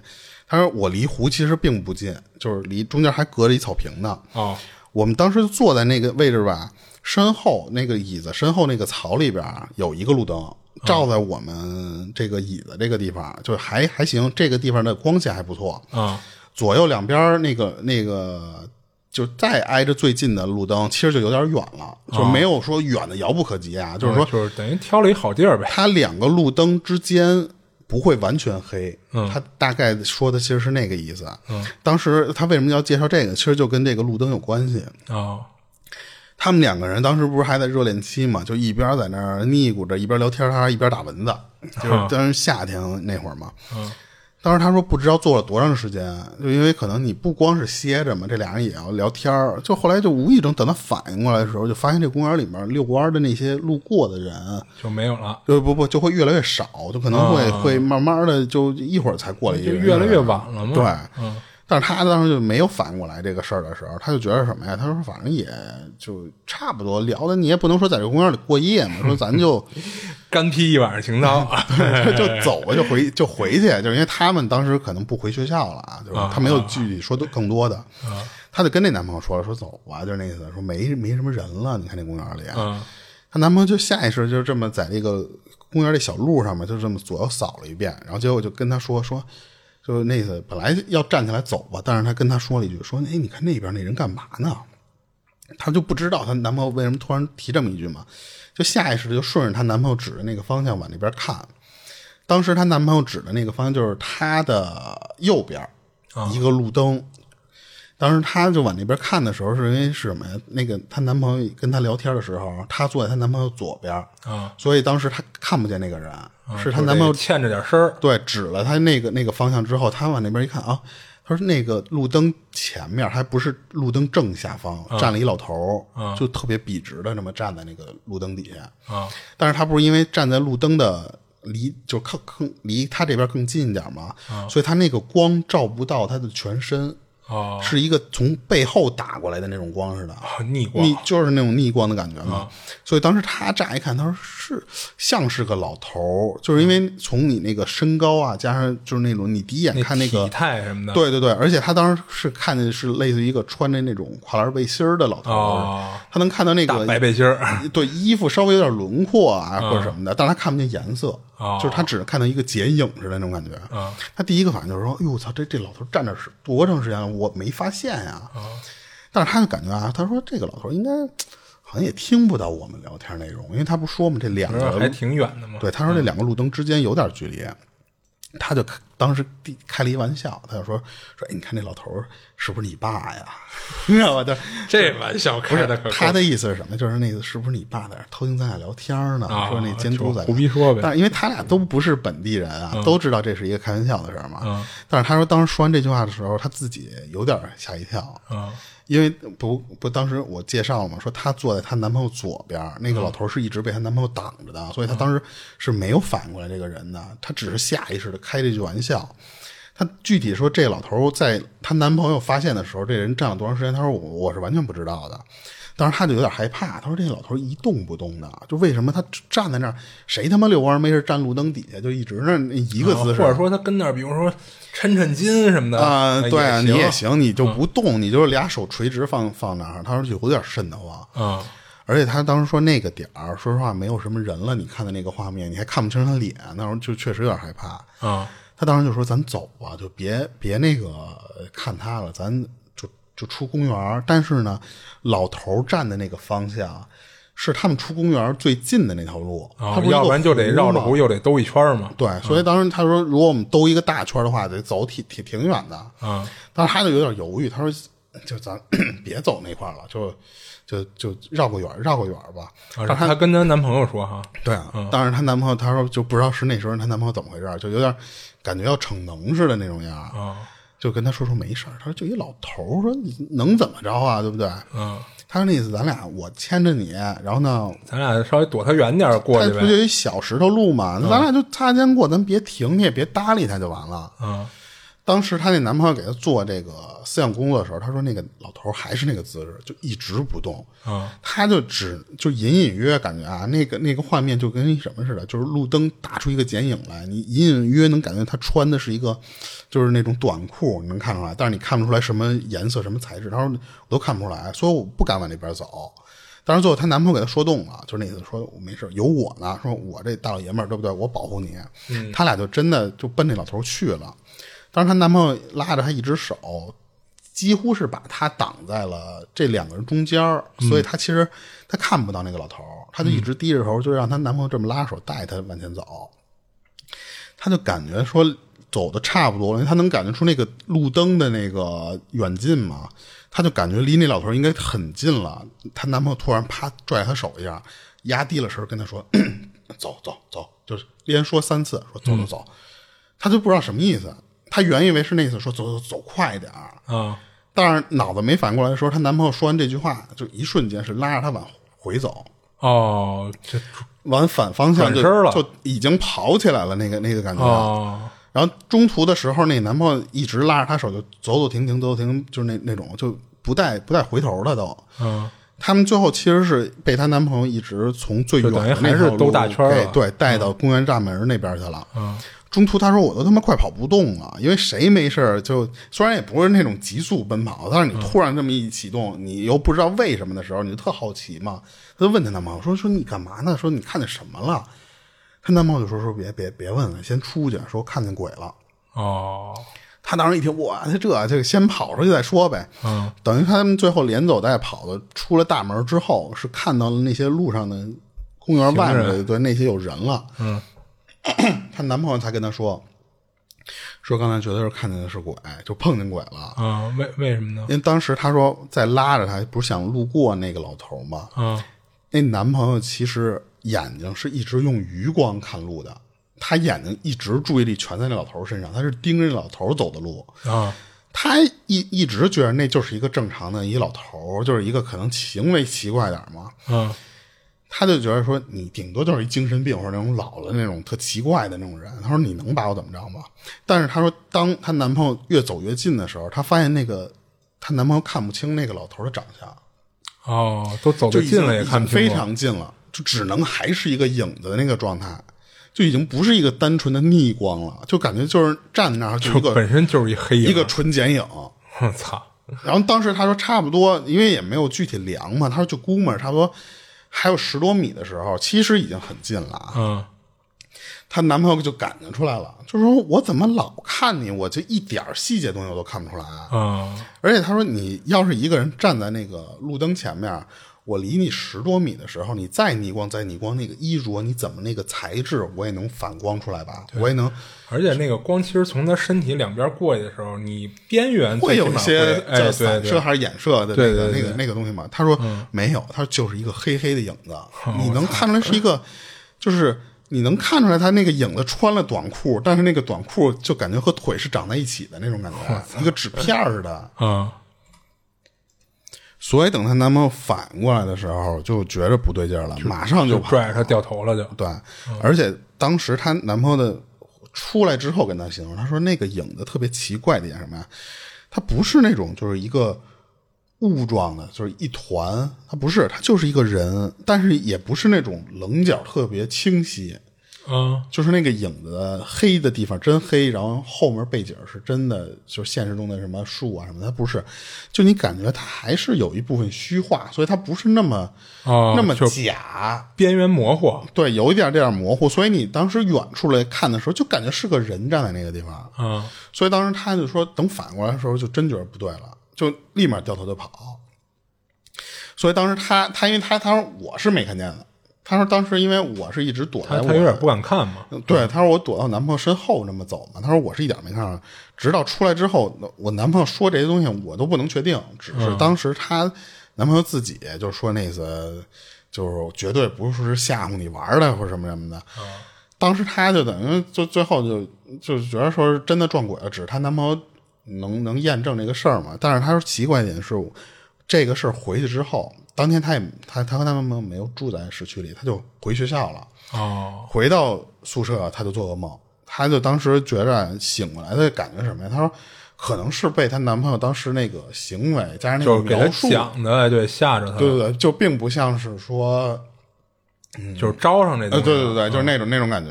他说我离湖其实并不近，就是离中间还隔着一草坪呢。
哦，
我们当时就坐在那个位置吧，身后那个椅子身后那个草里边儿有一个路灯照在我们这个椅子这个地方，就还还行，这个地方的光线还不错。
啊，
左右两边儿那个那个，就再挨着最近的路灯，其实就有点远了，就没有说远的遥不可啊及啊。就是说，
哦就是等于挑了一好地儿呗。
它两个路灯之间不会完全黑，
嗯
它大概说的其实是那个意思。当时他为什么要介绍这个？其实就跟这个路灯有关系。
哦，
他们两个人当时不是还在热恋期嘛，就一边在那儿腻咕着，一边聊天，他还一边打蚊子，就是当时夏天那会儿嘛。
嗯
当时他说不知道坐了多长时间，就因为可能你不光是歇着嘛，这俩人也要聊天儿。就后来就无意中等他反应过来的时候，就发现这公园里面遛弯儿的那些路过的人，
就没有了，
就不不就会越来越少，就可能会、会慢慢的就一会儿才过来一个
嗯就
人，
越来越晚了嘛。
对，
嗯
但是他当时就没有反应过来这个事儿的时候，他就觉得什么呀？他说反正也就差不多聊的，你也不能说在这公园里过夜嘛，说咱就
干劈一晚上 情操啊。
就走吧，就回就回去，就是因为他们当时可能不回学校了啊，就是他没有具体说的更多的，他就跟那男朋友说了，说走吧，就是那意思，说没没什么人了，你看这公园里，
嗯
她男朋友就下意识就这么在这个公园这小路上面就这么左右扫了一遍，然后结果就跟她说说，就是那意思，本来要站起来走吧，但是她跟她说了一句说，哎，你看那边那人干嘛呢？她就不知道她男朋友为什么突然提这么一句嘛，就下意识地就顺着她男朋友指的那个方向往那边看。当时她男朋友指的那个方向就是她的右边儿
啊
一个路灯，当时她就往那边看的时候，是因为是什么呀？那个她男朋友跟她聊天的时候，她坐在她男朋友左边，
啊，
所以当时她看不见那个人，是她
就
男朋友
得欠着点身儿。
对指了她那个那个方向之后，她往那边一看啊，她说那个路灯前面还不是路灯正下方、
嗯
站了一老头儿，就特别笔直的那么站在那个路灯底下。
啊
但是他不是因为站在路灯的离就靠更离他这边更近一点嘛，
嗯
所以他那个光照不到他的全身，
哦，
是一个从背后打过来的那种光似的。
啊逆光
逆就是那种逆光的感觉
啊
嘛，所以当时他乍一看，他说是像是个老头儿，就是因为从你那个身高啊，加上就是那种你第一眼看那个
体态什么的。
对对对，而且他当时是看见是类似于一个穿着那种跨栏背心儿的老头
哦
儿，他能看到那
大
个
白背心儿。
对衣服稍微有点轮廓啊或者什么的，但是他看不见颜色，
嗯哦嗯
就是他只能看到一个剪影似的那种感觉。他第一个反应就是说：“哟，我操，这这老头站这是多长时间了？我没发现呀、
嗯
但是他就感觉啊，他说这个老头应该好像也听不到我们聊天内容，因为他不说嘛，这两
不是
个
嗯还挺远的嘛。
对，他说这两个路灯之间有点距离，他就开当时第开了一玩笑，他就说说，哎，你看这老头儿是不是你爸呀？ 你知道吧？他
这玩笑开的可
他的意思是什么？就是那个是不是你爸在那儿偷听咱俩聊天呢？
啊
说那监督在
就胡逼说呗嗯
但是因为他俩都不是本地人啊，都知道这是一个开玩笑的事儿嘛。但是他说当时说完这句话的时候，他自己有点吓一跳。
嗯
因为不不，当时我介绍了嘛，说她坐在她男朋友左边
嗯
儿，那个老头儿是一直被她男朋友挡着的，所以她当时是没有反应过来这个人的，她只是下意识的开这句玩笑。她具体说这老头儿在她男朋友发现的时候，这人站了多长时间？她说我我是完全不知道的。当时她就有点害怕，她说这老头儿一动不动的，就为什么他站在那儿，谁他妈遛弯儿没事站路灯底下就一直那儿一个姿势，
啊哦或者说他跟那儿，比如说抻抻筋什么的
啊、
哎
对啊，你也
也嗯
行，你就不动，你就是俩手垂直放放那儿。他说就有点瘆得慌，
啊
而且他当时说那个点儿，说实话没有什么人了，你看的那个画面，你还看不清他脸，那时候就确实有点害怕。
啊
他当时就说：“咱走吧，就别别那个呃看他了，咱就就出公园儿。”但是呢，老头儿站的那个方向是他们出公园最近的那条路，
啊
它，是一个
要不然就得绕着嗯
湖
湖
嘛。
又得兜一圈儿嘛。
对，所以当时他说，如果我们兜一个大圈的话，得走挺挺挺远的。
啊，
当时他就有点犹豫，他说：“就咱 别走那块儿了，就就就绕个远儿，绕个远儿吧。”
啊她跟她男朋友说哈，
对啊，
嗯
当时她男朋友她说就不知道是那时候她男朋友怎么回事儿，就有点感觉要逞能似的那种样儿，
啊
就跟她说说没事儿，她说就一老头儿，说你能怎么着啊，对不对？
嗯，
她说那意思咱俩我牵着你，然后呢，
咱俩稍微躲她远点儿过
他
去
不就
呗。嗯
有一小石头路嘛，咱俩就擦肩过，咱别停，你也别搭理她就完了。
啊
当时她那男朋友给她做这个思想工作的时候，她说那个老头儿还是那个姿势，就一直不动。
啊
他就只就隐隐约约感觉啊，那个那个画面就跟什么似的，就是路灯打出一个剪影来，你隐隐约约能感觉他穿的是一个就是那种短裤，你能看出来，但是你看不出来什么颜色、什么材质。他说我都看不出来，所以我不敢往那边走。但是最后她男朋友给她说动了，就是那意思说我没事，有我呢，说我这大老爷们儿对不对？我保护你。他俩就真的就奔那老头去了。当时她男朋友拉着她一只手，几乎是把她挡在了这两个人中间儿，所以她其实她看不到那个老头儿，她就一直低着头，就让她男朋友这么拉着手带她往前走。她就感觉说走的差不多了，因为她能感觉出那个路灯的那个远近嘛，她就感觉离那老头儿应该很近了。她男朋友突然啪拽她手一下，压低了声儿跟她说：“ 走走走！”就是连说三次，说走走走。她就不知道什么意思，她原以为是那意思，说走走走快点儿。
啊
但是脑子没反应过来的时候，她男朋友说完这句话，就一瞬间是拉着她往回走，
哦，这
往反方向就
转身了
就已经跑起来了，那个那个感觉。
哦
然后中途的时候，那男朋友一直拉着她手，就走走停停，走走停，停，就是那那种就不带不带回头的都。
嗯
他们最后其实是被她男朋友一直从最远
就等于
的那
还是
条路
兜大圈儿
给
了
对带到公园大门那边去了。
嗯
中途她说我都他妈快跑不动了，因为谁没事儿就虽然也不是那种急速奔跑，但是你突然这么一启动，你又不知道为什么的时候，你就特好奇嘛。她就问她男朋友说说你干嘛呢？说你看见什么了？她男朋友就说说别别别问了，先出去，说看见鬼了。
哦
她当时一听，哇，她这这先跑出去再说呗。
嗯
等于他们最后连走带跑的出了大门之后，是看到了那些路上的公园外面
行
的对那些有人了。
嗯，
她男朋友才跟她说，说刚才觉得是看见的是鬼，就碰见鬼了。
啊，为为什么呢？
因为当时她说在拉着她，不是想路过那个老头吗？
啊
那男朋友其实眼睛是一直用余光看路的，他眼睛一直注意力全在那老头身上，他是盯着那老头走的路。
啊
他一一直觉得那就是一个正常的一老头儿，就是一个可能行为奇怪点儿嘛。
嗯
他就觉得说，你顶多就是一精神病或者那种老的那种特奇怪的那种人。他说你能把我怎么着吗？但是她说，当她男朋友越走越近的时候，她发现那个她男朋友看不清那个老头儿的长相，
哦，都走
就
得
已经
近了也看
已
不
经非
清楚
常近了，就只能还是一个影子的那个状态，就已经不是一个单纯的逆光了，就感觉就是站那儿就一
就
个
本身就是一黑影。
一个纯剪影。
我操，
然后当时他说差不多，因为也没有具体量嘛，他说就估摸着差不多还有十多米的时候，其实已经很近了。啊。
嗯
她男朋友就感觉出来了，就说我怎么老看你，我就一点儿细节东西我都看不出来。啊
嗯
而且他说你要是一个人站在那个路灯前面，我离你十多米的时候，你再逆光再逆光，那个衣着你怎么那个材质我也能反光出来吧，我也能。
而且那个光其实从他身体两边过去的时候，你边 缘
会
最
有
起
一
码
些
会
叫
哎
散射
对对，
还是衍射的那
对
个
对
那
对嗯
个那个东西嘛？他说没有，他就是一个黑黑的影 子，你能看出来是一个，就是你能看出来他那个影子穿了短裤，但是那个短裤就感觉和腿是长在一起的那种感觉，一个纸片儿似的。
嗯
所以等她男朋友反应过来的时候，就觉着不对劲儿了，马上就
就
跑
拽着他掉头了就。
对，而且当时她男朋友的出来之后跟她形容，她说那个影子特别奇怪的一点是什么呀？它不是那种就是一个雾状的，就是一团，它不是，它就是一个人，但是也不是那种棱角特别清晰，
嗯
就是那个影子黑的地方真黑，然后后面背景是真的，就是现实中的什么树啊什么的，它不是，就你感觉它还是有一部分虚化，所以它不是那么、
哦，
那么
就
假，
边缘模糊。
对，有一点点模糊，所以你当时远处来看的时候，就感觉是个人站在那个地方。
嗯
所以当时她就说，等反过来的时候，就真觉得不对了，就立马掉头就跑。所以当时他他因为他他说我是没看见的，他说当时因为我是一直躲在
他
哎我
他有点不敢看嘛，
对，他说我躲到男朋友身后那么走嘛。他说我是一点没看到，直到出来之后，我男朋友说这些东西我都不能确定，只是当时她男朋友自己就说那意思，就是绝对不是吓唬你玩的或者什么什么的。当时她就等于就最后就就觉得说是真的撞鬼了，只是她男朋友能能验证这个事儿嘛。但是她说奇怪一点是，这个事儿回去之后，当天她也她她和她男朋友没有住在市区里，她就回学校了。
哦，
回到宿舍，他就做噩梦，他就当时觉着醒过来的感觉是什么呀？他说可能是被她男朋友当时那个行为加上那个
就是给他
描述，
讲的，哎对，吓着他，
对对对，就并不像是说，
就是招上这东
呃，对
西，
对对，就是那种那种感觉。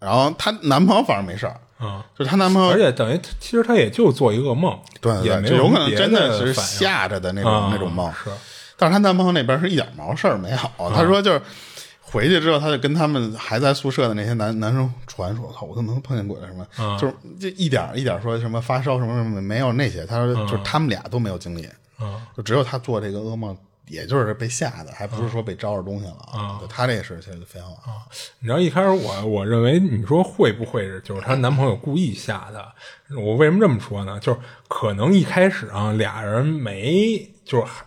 然后她男朋友反正没事儿，
嗯，
就是她男朋友
而且等于他其实他也就做一个噩梦，
对
也
对
没
对，就有可能
别
真
的
是
反应
吓着的那
啊
种那种梦。
是，啊
但是她男朋友那边是一点毛事儿没有。她说就是回去之后，她就跟他们还在宿舍的那些男男生传说，操，我怎么能碰见鬼了什么？
啊
就是就一点一点说什么发烧什么什么没有那些。她说
啊
就是他们俩都没有经历，
嗯
就只有她做这个噩梦，也就是被吓的，还不是说被招着东西了啊。她这事儿其实就非常好。
你知道一开始我我认为你说会不会是就是她男朋友故意吓的？我为什么这么说呢？就是可能一开始啊，俩人没就是还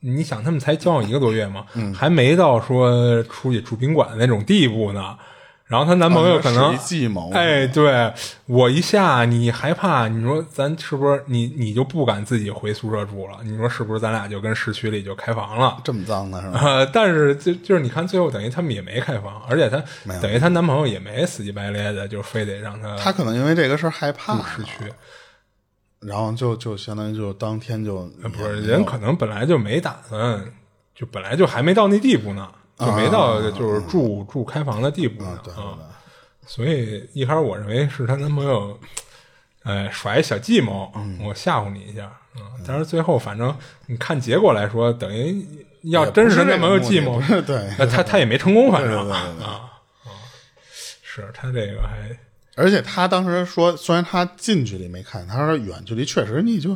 你想他们才交往一个多月嘛，
嗯
还没到说出去住宾馆的那种地步呢。然后她男朋友可
啊
能、
你说使一计谋
哎，对我一吓你害怕，你说咱是不是你你就不敢自己回宿舍住了？你说是不是咱俩就跟市区里就开房了？
这么脏的是吗？
呃，但是就就是你看，最后等于他们也没开房，而且她
没有
等于她男朋友也没死乞白赖的，就非得让她
她可能因为这个事儿害怕
住
了，
市区，
然后就就相当于就当天就
不
也
是
没有
人可能本来就没打算，就本来就还没到那地步呢，
啊
就没到就是住、住开房的地步呢
嗯对对
啊。所以一开始我认为是她男朋友，呃，耍一小计谋，
嗯
我吓唬你一下。嗯，但是最后反正你看结果来说，等于要
也不
真
是
她
这
男朋
个
友
目
计
的
谋
不，是 对
那他他也没成功，反正
对对对对
啊啊，是他这个还
而且他当时说，虽然他近距离没看，他说远距离确实你就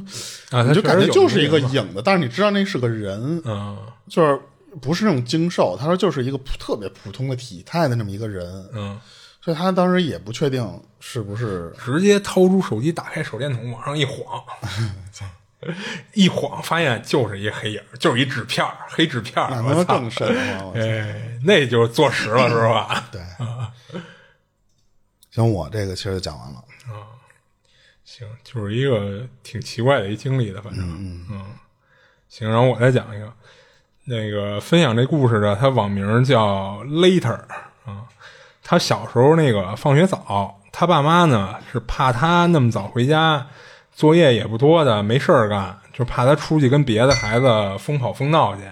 啊
你就
他确实
感觉
有
就是一个
那个
影子，但是你知道那是个人，
嗯
就是不是那种精瘦。他说就是一个普特别普通的体态的那么一个人，
嗯，
所以他当时也不确定是不是
直接掏出手机，打开手电筒，往上一晃， 一晃发现就是一黑影，就是一纸片儿黑纸片儿
哪
啊我
能
操，
更深了。 我操
哎，那就是坐实了，是吧？
对，
啊
行，我这个其实就讲完了。
行，就是一个挺奇怪的一经历的，反正嗯行，然后我再讲一个，那个分享这故事的，他网名叫 Later 啊，他小时候那个放学早，他爸妈呢是怕他那么早回家，作业也不多的，没事儿干，就怕他出去跟别的孩子疯跑疯闹去，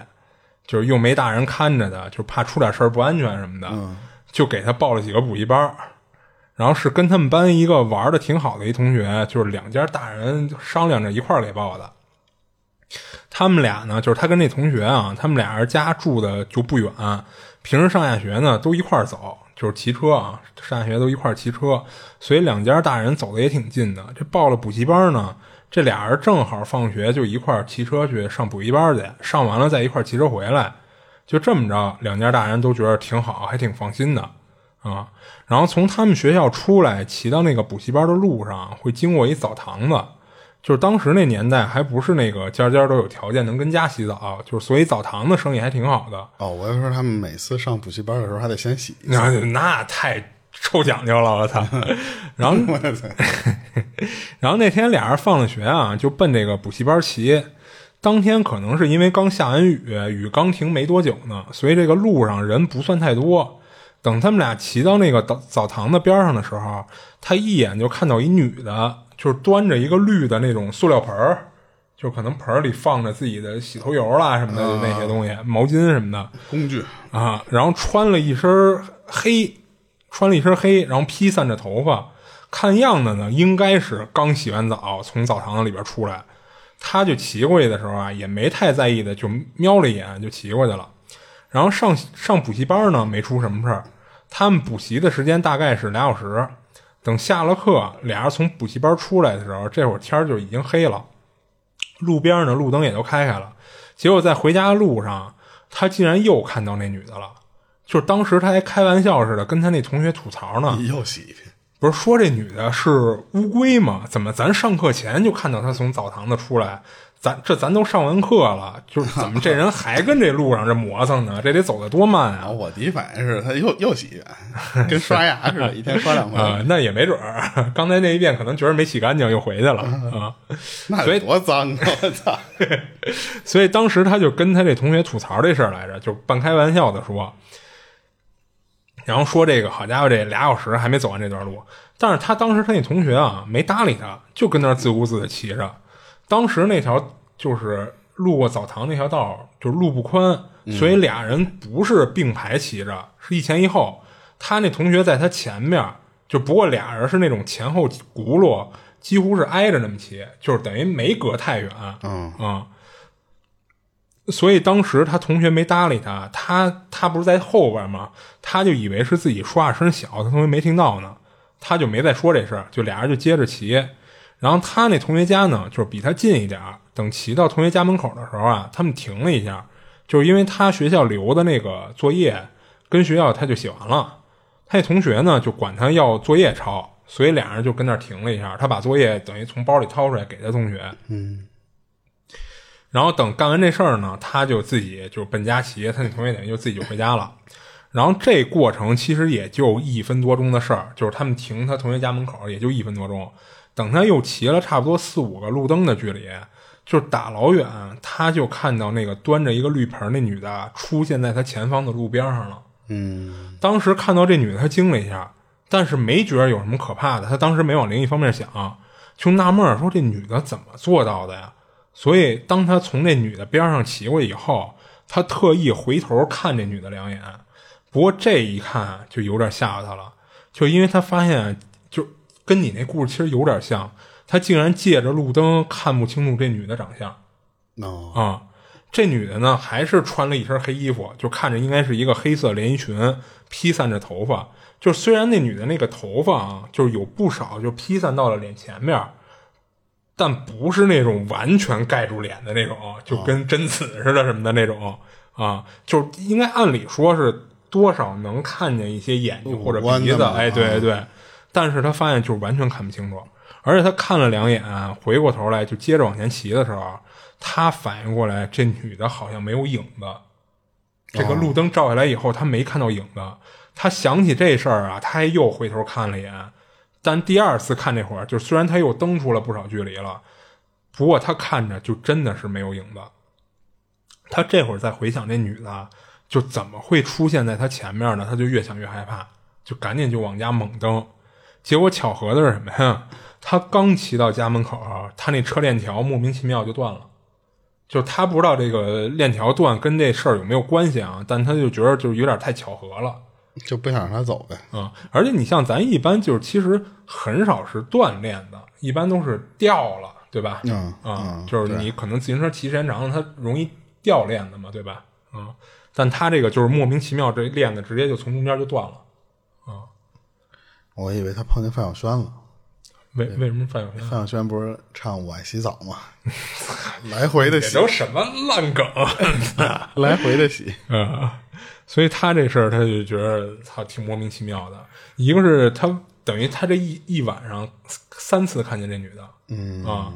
就是又没大人看着他，就怕出点事儿不安全什么的，就给他报了几个补习班儿。然后是跟他们班一个玩的挺好的一同学，就是两家大人商量着一块儿给报的。他们俩呢，就是他跟那同学啊，他们俩人家住的就不远，平时上下学呢都一块儿走，就是骑车啊，上下学都一块儿骑车，所以两家大人走的也挺近的。这报了补习班呢，这俩人正好放学就一块儿骑车去上补习班去，上完了再一块儿骑车回来，就这么着，两家大人都觉得挺好，还挺放心的。啊，然后从他们学校出来，骑到那个补习班的路上，会经过一澡堂子。就是当时那年代还不是那个家家都有条件能跟家洗澡，就是所以澡堂子生意还挺好的。
哦，我要说他们每次上补习班的时候还得先洗，
那那太臭讲究了，我操！然后
我操，
然后那天俩人放了学啊，就奔这个补习班骑。当天可能是因为刚下完雨，雨刚停没多久呢，所以这个路上人不算太多。等他们俩骑到那个澡澡堂子边上的时候，他一眼就看到一女的，就是端着一个绿的那种塑料盆儿，就可能盆儿里放着自己的洗头油啊啦什么的、就那些东西，毛巾什么的。
工具
啊，然后穿了一身黑，穿了一身黑，然后披散着头发，看样子呢，应该是刚洗完澡从澡堂子里边出来。他就骑过去的时候啊，也没太在意的，就瞄了一眼就骑过去了。然后上上补习班呢，没出什么事儿。他们补习的时间大概是俩小时。等下了课，俩人从补习班出来的时候，这会儿天儿就已经黑了。路边呢路灯也都开开了。结果在回家的路上，他竟然又看到那女的了。就是当时他还开玩笑似的跟他那同学吐槽呢，
你 又洗一遍，
不是说这女的是乌龟吗？怎么咱上课前就看到她从澡堂子出来？咱这咱都上完课了，就是怎么这人还跟这路上这磨蹭呢？ 这得走得多慢
然
啊
后！我第一反应是他又又洗一遍，跟刷牙似的，一天刷两回，
啊、那也没准儿， 刚才那一遍可能觉得没洗干净又回去了啊、
那
所以
得多脏啊！我操，
所以当时他就跟他这同学吐槽这事儿来着，就半开玩笑的说，然后说这个好家伙，这俩小时还没走完这段路。但是他当时他那同学啊没搭理他，就跟那儿自顾自的骑着。当时那条就是路过澡堂那条道儿，就是路不宽，所以俩人不是并排骑着，是一前一后。他那同学在他前面，就不过俩人是那种前后轱辘几乎是挨着那么骑，就是等于没隔太远。
嗯
嗯所以当时他同学没搭理他，他他不是在后边吗？他就以为是自己说话声小，他同学没听到呢，他就没再说这事儿，就俩人就接着骑。然后他那同学家呢，就是比他近一点儿。等骑到同学家门口的时候啊，他们停了一下，就是因为他学校留的那个作业跟学校他就写完了，他那同学呢就管他要作业抄，所以俩人就跟那儿停了一下。他把作业等于从包里掏出来给他同学，然后等干完这事儿呢，他就自己就奔家骑，他那同学等于就自己就回家了。然后这过程其实也就一分多钟的事儿，就是他们停他同学家门口也就一分多钟。等他又骑了差不多四五个路灯的距离，就是打老远，他就看到那个端着一个绿盆那女的出现在他前方的路边上了。
嗯，
当时看到这女的，他惊了一下，但是没觉得有什么可怕的。他当时没往灵异方面想，就纳闷儿说这女的怎么做到的呀？所以当他从这女的边上骑过以后，他特意回头看这女的两眼。不过这一看就有点吓着他了，就因为他发现，就跟你那故事其实有点像，他竟然借着路灯看不清楚这女的长相。
哦，
啊、这女的呢，还是穿了一身黑衣服，就看着应该是一个黑色连衣裙，披散着头发。就虽然那女的那个头发啊，就是有不少就披散到了脸前面，但不是那种完全盖住脸的那种，就
哦
跟贞子似的什么的那种啊，就是应该按理说是多少能看见一些眼睛或者
弯
鼻
的
子，
嘛啊
哎，对对。但是他发现就是完全看不清楚，而且他看了两眼，回过头来就接着往前骑的时候，他反应过来，这女的好像没有影子。这
哦
个路灯照下来以后，他没看到影子。他想起这事儿啊，他又回头看了一眼，但第二次看这会儿，就虽然他又蹬出了不少距离了，不过他看着就真的是没有影子。他这会儿再回想这女的，啊就怎么会出现在他前面呢？他就越想越害怕，就赶紧就往家猛蹬。结果巧合的是什么呀？他刚骑到家门口，啊他那车链条莫名其妙就断了。就是他不知道这个链条断跟这事儿有没有关系啊，但他就觉得就是有点太巧合了。
就不想让他走呗。
啊、而且你像咱一般就是其实很少是锻炼的，一般都是掉了，对吧？
嗯
啊、
嗯
就是你可能自行车骑时间长了，它容易掉链子嘛，对吧？啊、但他这个就是莫名其妙，这链子直接就从中间就断了。
我以为他碰见范晓萱了，
为为什么范晓萱？
范晓萱不是唱《我爱洗澡》吗？ 来回的
这
洗，
都什么烂梗？啊
来回的洗，
嗯，所以他这事儿他就觉得他挺莫名其妙的。一个是他等于他这一一晚上三次看见这女的，
嗯
啊，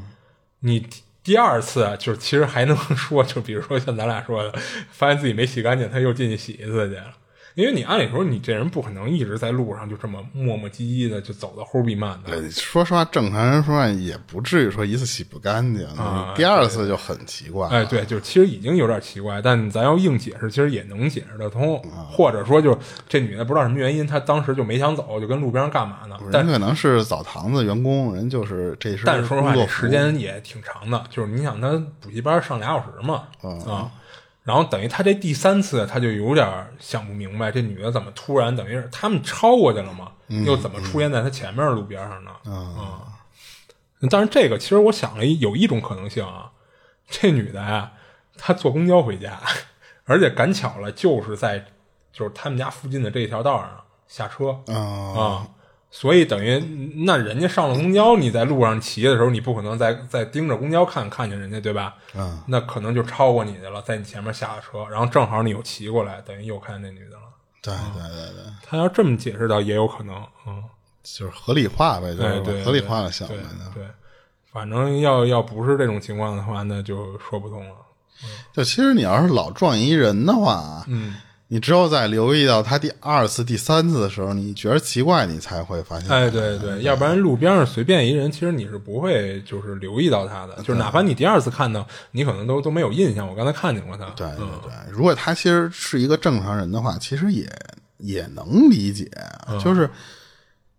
你第二次啊就是其实还能说，就比如说像咱俩说的，发现自己没洗干净，他又进去洗一次去了。因为你按理说你这人不可能一直在路上就这么磨磨唧唧的就走的齁逼慢的，
呃说实话，正常人说话也不至于说一次洗不干净，
啊
第二次就很奇怪。啊
哎，对，就其实已经有点奇怪，但咱要硬解释，其实也能解释得通。
啊
或者说就，这女的不知道什么原因，她当时就没想走，就跟路边上干嘛呢？但
人可能是澡堂子员工，人就是这是
但是说实
工
话，
作
这
服
时间也挺长的，就是你想他补习班上俩小时嘛，啊，然后等于他这第三次他就有点想不明白，这女的怎么突然等于是他们超过去了嘛，又怎么出现在他前面的路边上呢？嗯啊，但是这个其实我想了一有一种可能性啊，这女的呀，她坐公交回家，而且赶巧了就是在就是他们家附近的这一条道上下车，
啊
啊，所以等于嗯那人家上了公交，你在路上骑的时候，你不可能再再盯着公交看看见人家，对吧？
嗯，
那可能就超过你去了，在你前面下了车，然后正好你又骑过来，等于又看见那女的了。
对对对对，
他要这么解释，倒也有可能，嗯，
就是合理化呗，就
对
是
哎对，
往合理化了想呗
对。对，反正要要不是这种情况的话，那就说不通了。
就其实你要是老撞一人的话，
嗯，
你只有在留意到他第二次、第三次的时候，你觉得奇怪，你才会发现。
哎，对对，要不然路边上随便一人，其实你是不会就是留意到他的，就是哪怕你第二次看到，你可能都都没有印象，我刚才看见过他。
对对
嗯
对，如果他其实是一个正常人的话，其实也也能理解，啊
嗯
就是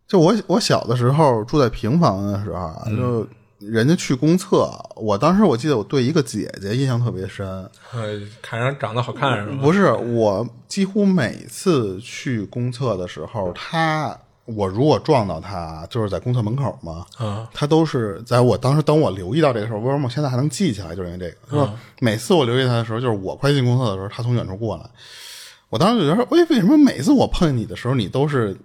就我我小的时候住在平房的时候啊，
嗯
就人家去公厕，我当时我记得我对一个姐姐印象特别深，
呃，看上长得好看是吧？
不是我几乎每次去公厕的时候，她我如果撞到她，就是在公厕门口嘛，
啊，
他都是在我当时等我留意到这个时候，为什么我现在还能记起来，就是因为这个。就是每次我留意他的时候，就是我快进公厕的时候，他从远处过来，我当时就觉得，哎，为什么每次我碰见你的时候，你都是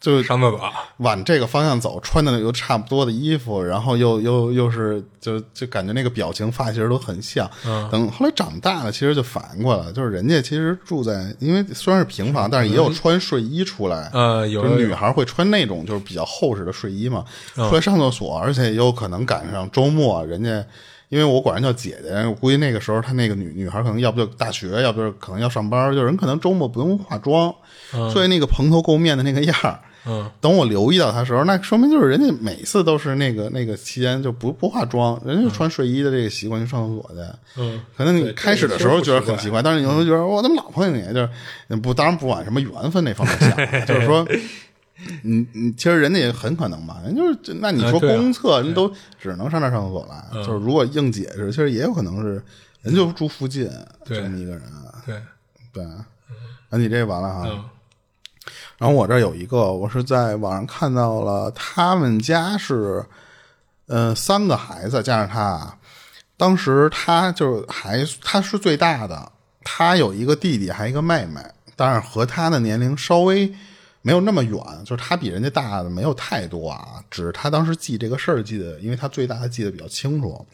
就是
上厕所，
往这个方向走，穿的又差不多的衣服，然后又 又又是就就感觉那个表情发型都很像。等后来长大了，其实就反应过来了，就是人家其实住在，因为虽然是平房，但是也有穿睡衣出来。
呃，有
就是女孩会穿那种就是比较厚实的睡衣嘛，
嗯
出来上厕所，而且也有可能赶上周末，人家因为我管人叫姐姐，我估计那个时候她那个女女孩可能要不就大学，要不就是可能要上班，就人可能周末不用化妆，所以那个蓬头垢面的那个样儿。
嗯，
等我留意到她的时候，那说明就是人家每次都是那个那个期间就不不化妆，人家就穿睡衣的这个习惯去上厕所去。
嗯，
可能你
对
开始的时候觉得很奇怪，但是你会觉得我怎么老碰见你？就是嗯不，当然不往什么缘分那方面想 啊，就是说，你你嗯其实人家也很可能嘛，人就是就那你
啊
说
对啊嗯
公厕人都只能上那儿上厕所来，就是如果硬解释，其实也有可能是人就住附近，
对
这么一个人，
对，
对啊，那你这完了哈。
嗯
然后我这儿有一个，我是在网上看到了，他们家是，呃，三个孩子加上他啊，当时他就是还他是最大的，他有一个弟弟，还有一个妹妹，但是和他的年龄稍微没有那么远，就是他比人家大的没有太多啊，只是他当时记这个事儿记得，因为他最大，他记得比较清楚。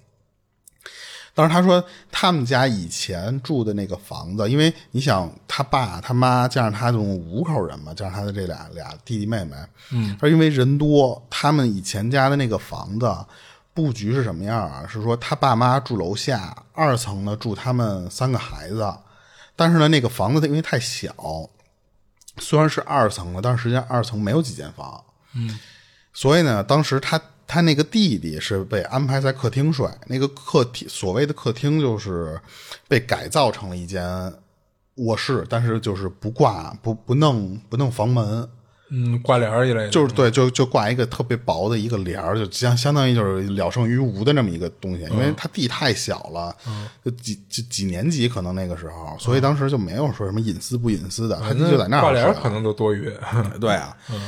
当时他说他们家以前住的那个房子，因为你想他爸他妈加上他这种五口人嘛，加上他的这俩俩弟弟妹妹，嗯，他说因为人多，他们以前家的那个房子布局是什么样啊？是说他爸妈住楼下，二层呢住他们三个孩子，但是呢那个房子因为太小，虽然是二层的，但是实际上二层没有几间房，所以呢，当时他他那个弟弟是被安排在客厅睡，那个客厅所谓的客厅就是被改造成了一间卧室，但是就是不挂不不弄不弄房门，
嗯，挂帘儿一类的，
就是对，就就挂一个特别薄的一个帘儿，就相相当于就是了胜于无的那么一个东西，
嗯
因为他地太小了，就几几几年级可能那个时候，所以当时就没有说什么隐私不隐私的，他就在那儿
嗯挂帘儿
睡了
可能都多余。
对啊，
嗯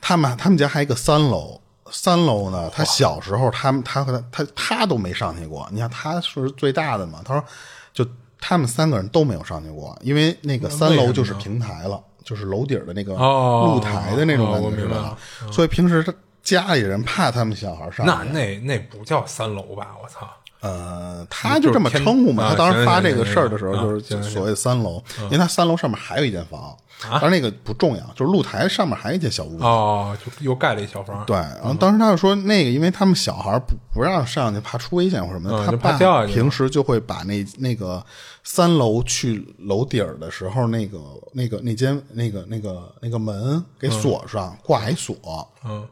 他们他们家还有一个三楼，三楼呢，他小时候他们他和他他他都没上去过。你看他是最大的嘛，他说就他们三个人都没有上去过，因为那个三楼就是平台了，就是楼顶的那个
哦
露台的那种
哦
感
我
觉
明
是
白
吧
了？
所以平时他家里人怕他们小孩上去，
那那那不叫三楼吧？我操！
呃，他就这么称呼嘛。他
就是天
当时
啊
发
行
这个事儿的时候，就
行行
是
行行嗯啊
所谓的三楼，因为他三楼上面还有一间房，当然那个不重要，就是露台上面还有一间小屋子
哦，就又盖了一小房。
对，然后当时他就说那个，因为他们小孩儿不不让上去，怕出危险或什么的，
嗯
他
就怕
爸
掉下去
平时就会把那那个三楼去楼顶儿的时候，那个那个那间那个那个那个门给锁上，挂一锁。
嗯，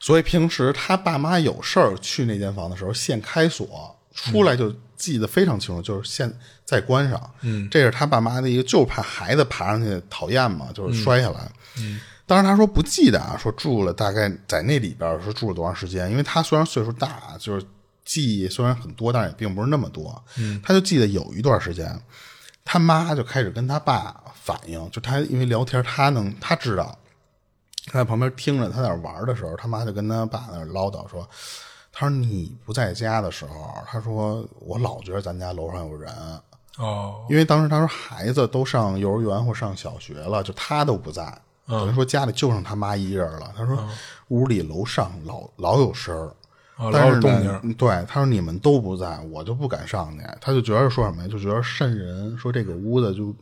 所以平时他爸妈有事儿去那间房的时候，现开锁，出来就记得非常清楚，就是现再关上。嗯，这是他爸妈的一个，就是怕孩子爬上去讨厌嘛，就是摔下来。嗯，当时他说不记得啊，说住了大概在那里边儿说住了多长时间，因为他虽然岁数大，就是记忆虽然很多，但是也并不是那么多。嗯，他就记得有一段时间，他妈就开始跟他爸反映，就他因为聊天，他能他知道。他在旁边听着，他在那儿玩儿的时候，他妈就跟他爸那儿唠叨说：“他说你不在家的时候，他说我老觉得咱家楼上有人，
哦，
因为当时他说孩子都上幼儿园或上小学了，就他都不在。
嗯
等于说家里就剩他妈一人了。他说屋里楼上老老有声儿，
啊，老
但
有
是
动静
呢嗯
儿，，
对，他说你们都不在，我就不敢上去。他就觉得说什么呀？就觉得瘆人，说这个屋子就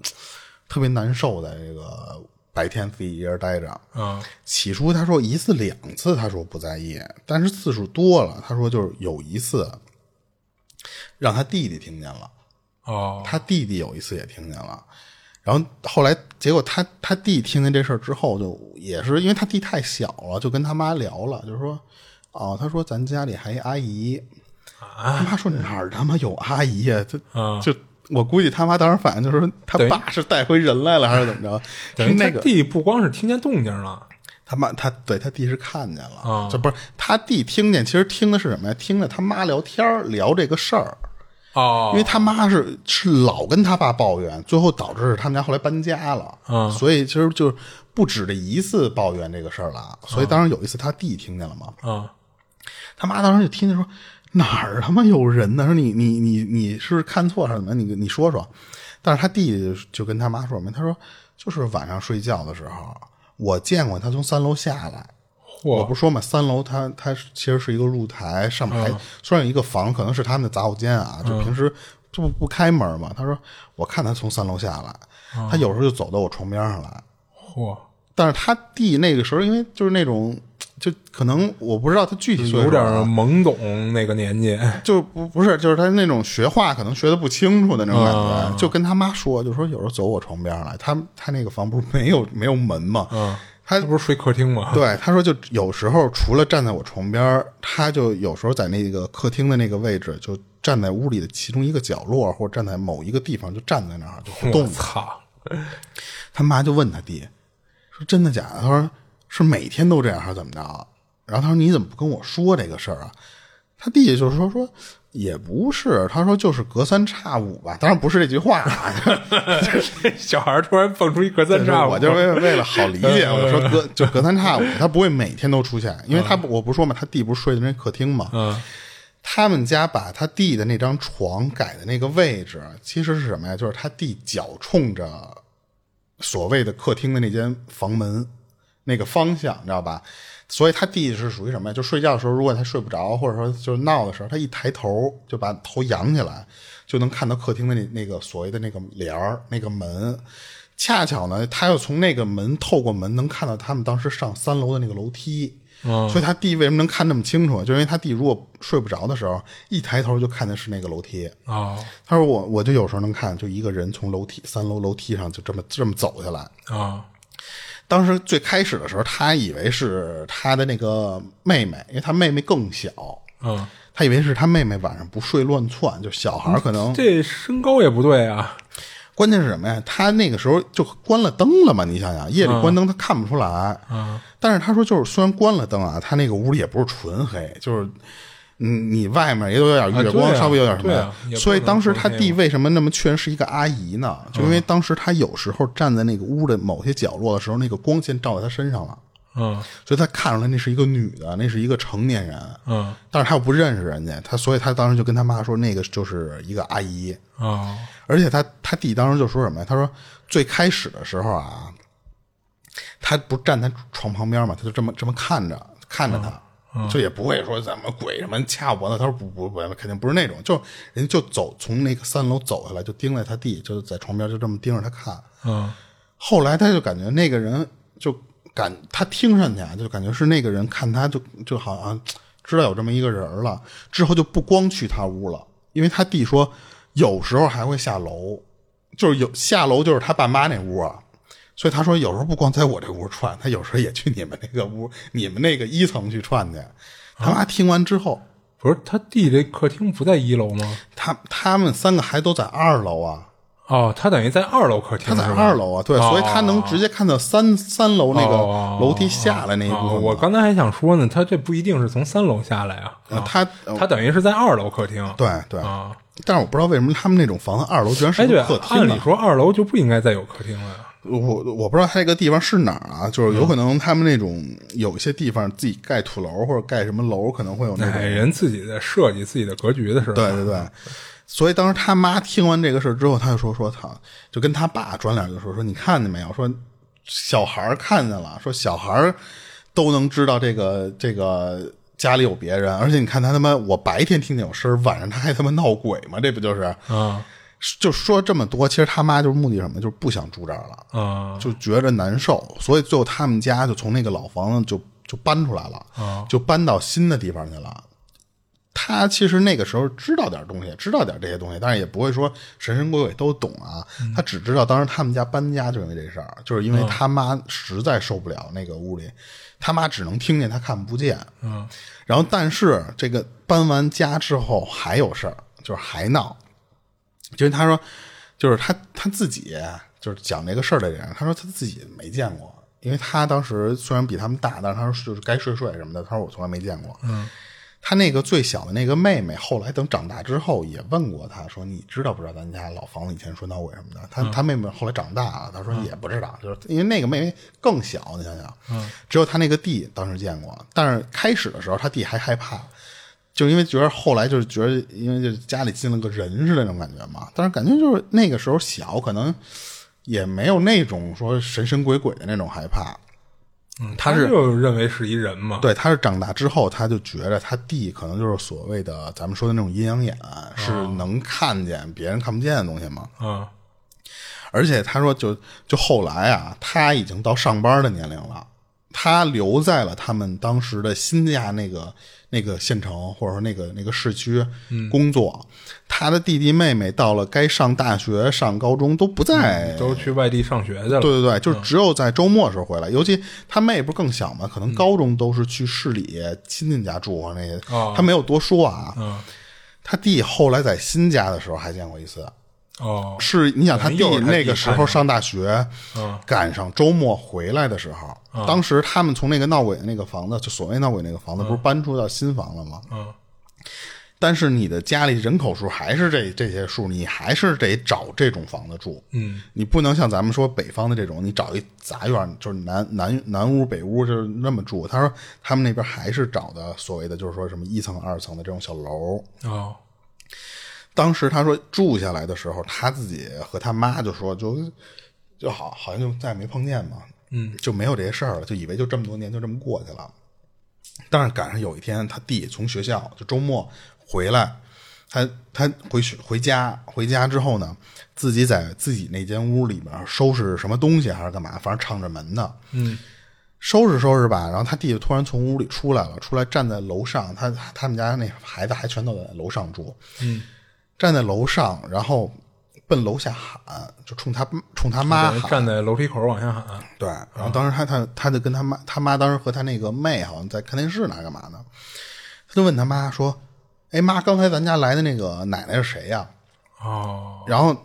特别难受，在这个白天自己一人待着。
啊
起初他说一次两次，他说不在意，但是次数多了，他说就是有一次让他弟弟听见了，
哦
他弟弟有一次也听见了。然后后来，结果他他弟听见这事儿之后，就也是因为他弟太小了，就跟他妈聊了，就说：“哦，他说咱家里还一阿姨。”他妈说哪儿他妈有阿姨呀、这
啊
就我估计他妈当时反应就是说他
等于
爸是带回人来了还是怎么着？
等
是
于
那
他
个
弟不光是听见动静了，
他妈，他对他弟是看见了，
啊
这不是他弟听见，其实听的是什么呀？听着他妈聊天儿聊这个事儿，
哦，
因为他妈是是老跟他爸抱怨，最后导致他们家后来搬家了，
啊
所以其实就不止这一次抱怨这个事儿了。所以当时有一次他弟听见了嘛，
啊
他妈当时就听见说哪儿他妈有人呢？说你你你你是不是看错还是怎么样？你你说说。但是他弟弟就跟他妈说什么？他说就是晚上睡觉的时候，我见过他从三楼下来。我
嚯
不是说嘛，三楼它它其实是一个露台，上面还、
嗯
虽然有一个房，可能是他们的杂货间啊，就平时就不不开门嘛。他说我看他从三楼下来，
嗯
他有时候就走到我床边上来，
嚯，
但是他弟那个时候因为就是那种就可能我不知道他具体岁数啊
有点懵懂那个年纪，
就不不是，就是他那种学话可能学的不清楚的那种感觉，
嗯
就跟他妈说，就说有时候走我床边上来，他他那个房不是没有没有门嘛，
嗯
他
他不是睡客厅吗？
对，他说就有时候除了站在我床边儿，他就有时候在那个客厅的那个位置，就站在屋里的其中一个角落，或者站在某一个地方，就站在那儿就 不
我
动。
操！
他妈就问他弟说：“真的假的？”他说：“是每天都这样还是怎么着？”然后他说：“你怎么不跟我说这个事儿啊？”他弟弟就说：“说也不是，他说就是隔三差五吧，当然不是这句话啊，
小孩突然蹦出一隔三差五，
我就是为为了好理 解，我说隔就隔三差五，他不会每天都出现，因为他不我不是说嘛，他弟不是睡的那客厅嘛，
嗯
他们家把他弟的那张床改的那个位置，其实是什么呀？就是他弟脚冲着所谓的客厅的那间房门那个方向，你知道吧？所以他弟是属于什么呀？就睡觉的时候，如果他睡不着，或者说就是闹的时候，他一抬头就把头扬起来，就能看到客厅的那那个所谓的那个帘儿、那个门。恰巧呢，他又从那个门透过门能看到他们当时上三楼的那个楼梯。所以他弟为什么能看那么清楚？就是因为他弟如果睡不着的时候，一抬头就看见是那个楼梯。
哦
他说我我就有时候能看，就一个人从楼梯三楼楼梯上就这么这么走下来。
哦
当时最开始的时候，他以为是他的那个妹妹，因为他妹妹更小，
嗯，
他以为是他妹妹晚上不睡乱窜，就小孩儿可能。
这身高也不对啊，
关键是什么呀？他那个时候就关了灯了嘛，你想想，夜里关灯他看不出来。
嗯
但是他说就是虽然关了灯啊，他那个屋里也不是纯黑，就是。嗯，你外面也有点月光，
啊对啊
稍微有点什么、
对啊也不
所以当时他
能说
弟
那
为什么那么确认是一个阿姨呢？就因
嗯
为当时他有时候站在那个屋的某些角落的时候，那个光线照在他身上了，
嗯
所以他看出来那是一个女的，那是一个成年人。
嗯
但是他又不认识人家，他所以他当时就跟他妈说，那个就是一个阿姨。
哦
而且他他弟当时就说什么呀？他说最开始的时候啊，他不是站他床旁边嘛，他就这么这么看着看着他，就也不会说怎么鬼什么掐我脖子。他说不不不，肯定不是那种，就人就走从那个三楼走下来，就盯着他弟，就在床边就这么盯着他看。
嗯
后来他就感觉那个人就感他听上去啊，就感觉是那个人看他就就好像知道有这么一个人了，之后就不光去他屋了，因为他弟说有时候还会下楼，就是有下楼就是他爸妈那屋啊。所以他说，有时候不光在我这屋串，他有时候也去你们那个屋、你们那个一层去串去。他妈听完之后，
不是他弟这客厅不在一楼吗？
他他们三个还都在二楼啊，
哦，他等于在二楼客
他
厅，
在
是吧
二楼啊，对，
哦
所以他能直接看到三三楼那个
哦
楼梯下来那一部
哦
分嘛。
我刚才还想说呢，他这不一定是从三楼下来啊，
呃他呃
他等于是在二楼客厅。
对对
啊，
但是我不知道为什么他们那种房子二楼居然是
哎，
一
对，
个客厅
按理
啊。
说二楼就不应该再有客厅了呀。
我我不知道他这个地方是哪儿啊，就是
嗯
有可能他们那种有一些地方自己盖土楼或者盖什么楼，可能会有那
哎，
种。
人自己在设计自己的格局的时候，
对对对，所以当时他妈听完这个事儿之后，他就说说操，就跟他爸转脸就说说你看见没有，说小孩儿看见了，说小孩儿都能知道这个这个家里有别人，而且你看他他妈，我白天听见有声儿，晚上他还他妈闹鬼吗？这不就是？
啊
就说这么多，其实他妈就是目的是什么，就是不想住这儿了。
啊
就觉着难受，所以最后他们家就从那个老房子就就搬出来了，就搬到新的地方去了。他其实那个时候知道点东西，知道点这些东西，但是也不会说神神鬼鬼都懂啊。他只知道当时他们家搬家就因为这事儿，就是因为他妈实在受不了那个屋里，他妈只能听见，他看不见。嗯，然后但是这个搬完家之后还有事儿，就是还闹。就是他说，就是他他自己就是讲这个事儿的人，他说他自己没见过，因为他当时虽然比他们大，但是他说就是该睡睡什么的，他说我从来没见过。嗯，他那个最小的那个妹妹，后来等长大之后也问过他说，你知道不知道咱家老房子以前说闹鬼什么的？他、他妹妹后来长大了，他说也不知道，就是因为那个妹妹更小，你想想，嗯，只有他那个弟当时见过，但是开始的时候他弟还害怕。就因为觉得后来就是觉得，因为就是家里进了个人似的那种感觉嘛。但是感觉就是那个时候小，可能也没有那种说神神鬼鬼的那种害怕。
嗯他就认为是一人嘛，
对，他是长大之后，他就觉得他弟可能就是所谓的咱们说的那种阴阳眼，是能看见别人看不见的东西嘛。
啊
而且他说就，就后来啊，他已经到上班的年龄了，他留在了他们当时的新家那个那个县城，或者说那个那个市区
嗯
工作。他的弟弟妹妹到了该上大学、上高中都不在。
嗯都嗯去外地上学去了，
对对对，就是只有在周末的时候回来，尤其他妹不是更小嘛，可
嗯
能高中都是去市里亲戚家住啊那些，
哦
他没有多说啊。
嗯
他弟后来在新家的时候还见过一次，
哦，
是你想他弟
等于又是他弟
那个时候上大学，
嗯
赶上周末回来的时候，当时他们从那个闹鬼的那个房子，就所谓闹鬼那个房子，不是搬出到新房了吗？
嗯
但是你的家里人口数还是这这些数，你还是得找这种房子住。
嗯，
你不能像咱们说北方的这种，你找一杂院，就是南南南屋北屋，就是那么住。他说他们那边还是找的所谓的就是说什么一层二层的这种小楼。
哦
当时他说住下来的时候，他自己和他妈就说就就好，好像就再也没碰见嘛，嗯，就没有这些事儿了，就以为就这么多年就这么过去了。但是赶上有一天，他弟从学校就周末回来，他他回去回家回家之后呢，自己在自己那间屋里边收拾什么东西还是干嘛，反正敞着门呢，
嗯
收拾收拾吧，然后他弟弟突然从屋里出来了，出来站在楼上，他他们家那孩子还全都在楼上住，
嗯，
站在楼上，然后奔楼下喊，就冲他冲他妈
有人
喊，
站在楼梯口往下喊，
对，然后当时他他他就跟他妈他妈当时和他那个妹好像在看电视呢，还干嘛呢？他就问他妈说：“哎妈，刚才咱家来的那个奶奶是谁呀、
哦
然后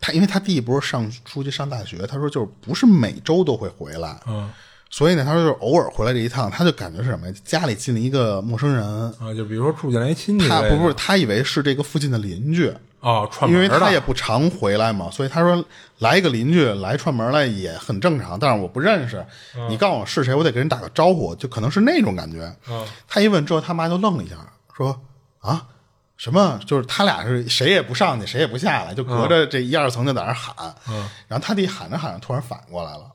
他因为他弟不是上出去上大学，他说就是不是每周都会回来，
嗯
所以呢，他说就是偶尔回来这一趟，他就感觉是什么呀？家里进了一个陌生人，
啊，就比如说住进来一亲戚之类
他
的，
不不是他以为是这个附近的邻居，
哦串
因
门
为
的
他也不常回来嘛，所以他说来一个邻居来串门来也很正常，但是我不认识，你告诉我是谁，我得给人打个招呼，就可能是那种感觉。
嗯
他一问之后，他妈就愣了一下，说啊什么？就是他俩是谁也不上去，谁也不下来，就隔着这一二层就在那儿喊。
嗯
然后他弟喊着喊着，突然反过来了。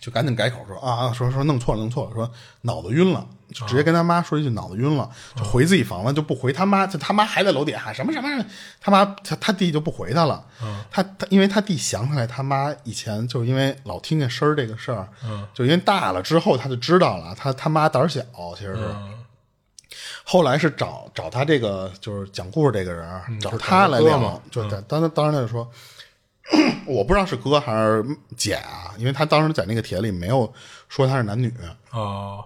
就赶紧改口说啊啊，说说弄错了弄错了，说脑子晕了，就
啊
直接跟他妈说一句脑子晕了，就回自己房子，就不回他妈，就他妈还在楼底下喊什么什么什么，他妈他他弟就不回他了，
嗯
他他因为他弟想起来他妈以前就是因为老听见声儿这个事儿，
嗯
就因为大了之后他就知道了，他他妈胆儿小其实是，
嗯
后来是找找他这个就是讲故事这个人儿，找
嗯就是
他
找他
来
哥
聊
嘛，嗯
就当当当时他就说。我不知道是哥还是姐啊，因为他当时在那个帖里没有说他是男女，
哦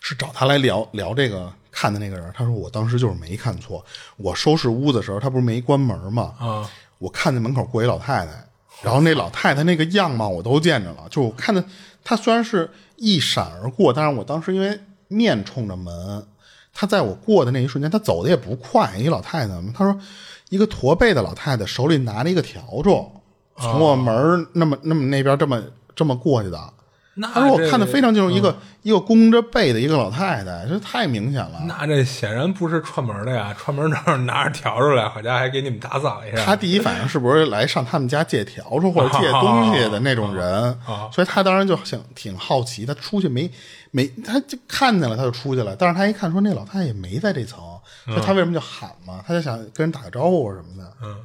是找他来聊聊这个看的那个人。他说我当时就是没看错，我收拾屋子的时候，他不是没关门吗？
啊
我看见门口过一老太太，然后那老太太那个样貌我都见着了，就我看见她虽然是一闪而过，但是我当时因为面冲着门，她在我过的那一瞬间，她走的也不快，一老太太嘛，她说一个驼背的老太太手里拿着一个笤帚，从我门儿那么那么那边这么这么过去的，
那
他说我
这
看的非常清楚，一个、一个弓着背的一个老太太，这太明显了。
那这显然不是串门的呀，串门那儿拿着笤帚来，回家还给你们打扫一
他
下。
第一反应是不是来上他们家借笤帚或者借东西的那种人？
啊
所以他当然就想挺好奇，他出去没没，他就看见了他就出去了，但是他一看说那老太太也没在这层，所以他为什么就喊嘛？他就想跟人打个招呼什么的。
嗯，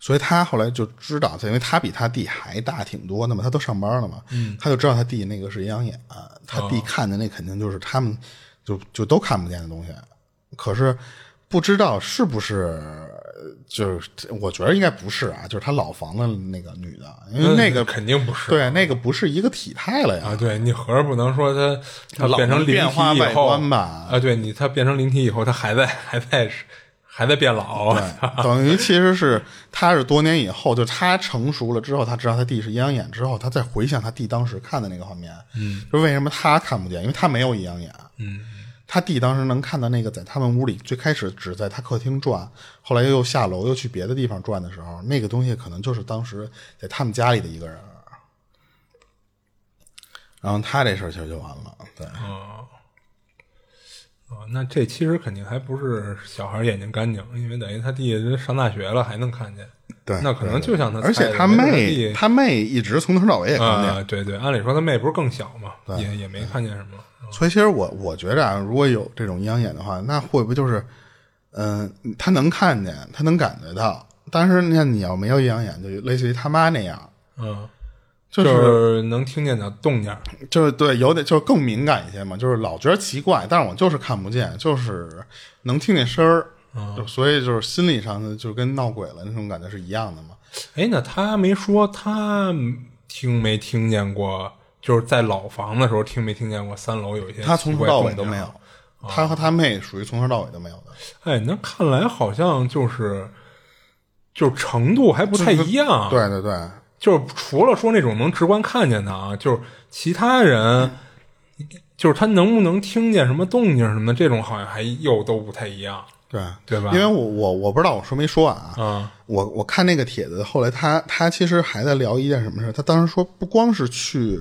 所以他后来就知道，因为他比他弟还大挺多，那么他都上班了嘛，
嗯
他就知道他弟那个是阴阳眼，他
哦
弟看的那肯定就是他们就就都看不见的东西，可是不知道是不是。就是我觉得应该不是啊，就是他老房的那个女的，因为那个
肯定不是
对那个不是一个体态了呀，
啊，对你合着不能说他他
老
变成
能
灵
变
体
化
以
外
后
观吧
啊，对你他变成灵体以后，他还在还在还在变老。啊
对，等于其实是他是多年以后，就他成熟了之后，他知道他弟是阴阳眼之后，他再回想他弟当时看的那个画面，嗯，就为什么他看不见，因为他没有阴阳眼，嗯，他弟当时能看到那个在他们屋里最开始只在他客厅转，后来又下楼又去别的地方转的时候，那个东西可能就是当时在他们家里的一个人，然后他这事儿其实就完了，对，
啊，那这其实肯定还不是小孩眼睛干净，因为等于他弟上大学了还能看见。
对
那可能就像他
而
猜
且
的
他
没准
妹
弟
他妹一直从头到尾也看不见。
啊，对对，按理说他妹不是更小嘛，也也没看见什么。
所以其实我我觉着啊，如果有这种阴阳眼的话，那会不会就是，嗯、他能看见，他能感觉到，但是那你要没有阴阳眼，就类似于他妈那样，
嗯，
就
就是是能听见点动静儿。
就是对，有点就是更敏感一些嘛，就是老觉得奇怪，但是我就是看不见，就是能听见声儿，
嗯
就所以就是心理上的就跟闹鬼了那种感觉是一样的嘛。
哎，那他没说他听没听见过，就是在老房的时候听没听见过三楼有一些
他从
奇
头
怪
到
动
尾都
静啊
没有。，他和他妹属于从头到尾都没有的。
哎，那看来好像就是就是程度还不太一样。，啊
对对对，
就是除了说那种能直观看见的啊，就是其他人。
嗯
就是他能不能听见什么动静什么的，这种好像还又都不太一样。
对
对吧
因为我我我不知道我说没说啊，
啊
我我看那个帖子，后来他他其实还在聊一件什么事儿，他当时说不光是去。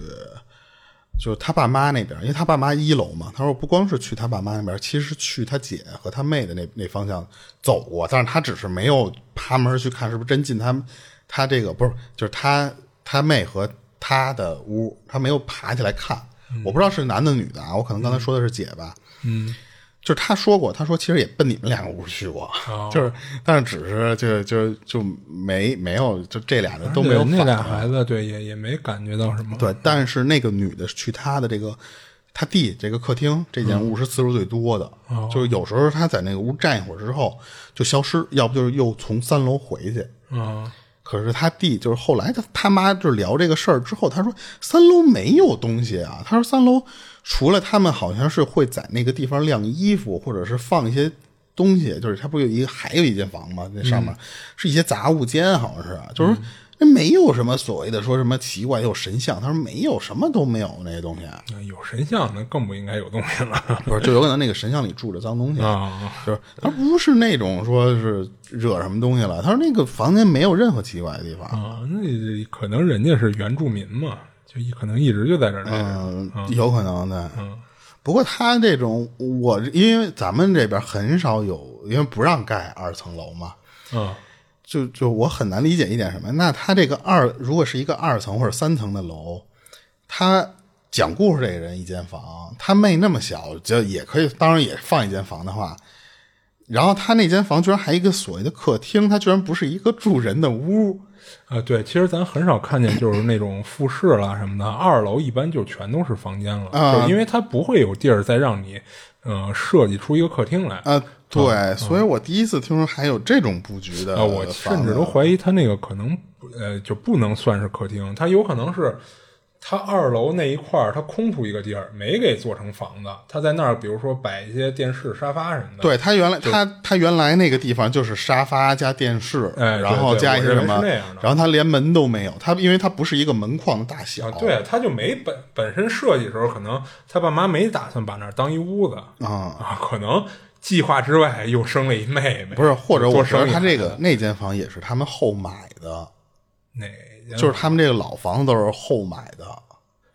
就是他爸妈那边，因为他爸妈一楼嘛，他说不光是去他爸妈那边，其实去他姐和他妹的那那方向走过，但是他只是没有爬门去看是不是真进他们他这个不是，就是他他妹和他的屋，他没有爬起来看，
嗯
我不知道是男的女的啊，我可能刚才说的是姐吧，嗯就是他说过，他说其实也奔你们两个屋去过，
哦
就是但是只是就就就没没有就这俩人都没有
而且那
反
俩
应。
孩子，对，也也没感觉到什么。
对，但是那个女的去她的这个她弟这个客厅这间屋是次数最多的，就是有时候她在那个屋站一会儿之后就消失，要不就是又从三楼回去。
啊，
可是他弟就是后来他他妈就是聊这个事儿之后，他说三楼没有东西啊。他说三楼除了他们好像是会在那个地方晾衣服，或者是放一些东西，就是他不是有一个还有一间房吗？那上面、是一些杂物间，好像是，啊就是说那没有什么所谓的说什么奇怪有神像。他说没有，什么都没有那些东西，啊
那有神像，那更不应该有东西了
不是就有可能那个神像里住着脏东西。
啊。
就是他不是那种说是惹什么东西了，他说那个房间没有任何奇怪的地方，
啊，那可能人家是原住民嘛，就一可能一直就在这儿待着。
嗯，有可能的。嗯，不过他这种，我因为咱们这边很少有，因为不让盖二层楼嘛，
嗯，
就就我很难理解一点什么。那他这个二，如果是一个二层或者三层的楼，他讲故事这个人一间房，他妹那么小，就也可以，当然也放一间房的话。然后他那间房居然还有一个所谓的客厅，他居然不是一个住人的屋，
啊，对，其实咱很少看见就是那种复式啦什么的，二楼一般就全都是房间了，就因为它不会有地儿再让你，呃，设计出一个客厅来。
啊，对，所以我第一次听说还有这种布局呃的
啊，我
房
甚至
子
都怀疑它那个可能不，呃，就不能算是客厅，它有可能是它二楼那一块儿，它空出一个地儿，没给做成房子，它在那儿，比如说摆一些电视、沙发什么的。
对他原来他他原来那个地方就是沙发加电视，
哎对
然后
对
加
我
一些
认
什
为
么
是那样的，
然后他连门都没有，他因为他不是一个门框的大小，
啊，对，他就没本本身设计的时候，可能他爸妈没打算把那儿当一屋子
啊
可能计划之外又生了一妹妹，
不是，或者我
多
觉得
生一
他
孩
这
子
个那间房也是他们后买的，
哪家
就是他们这个老房子都是后买的，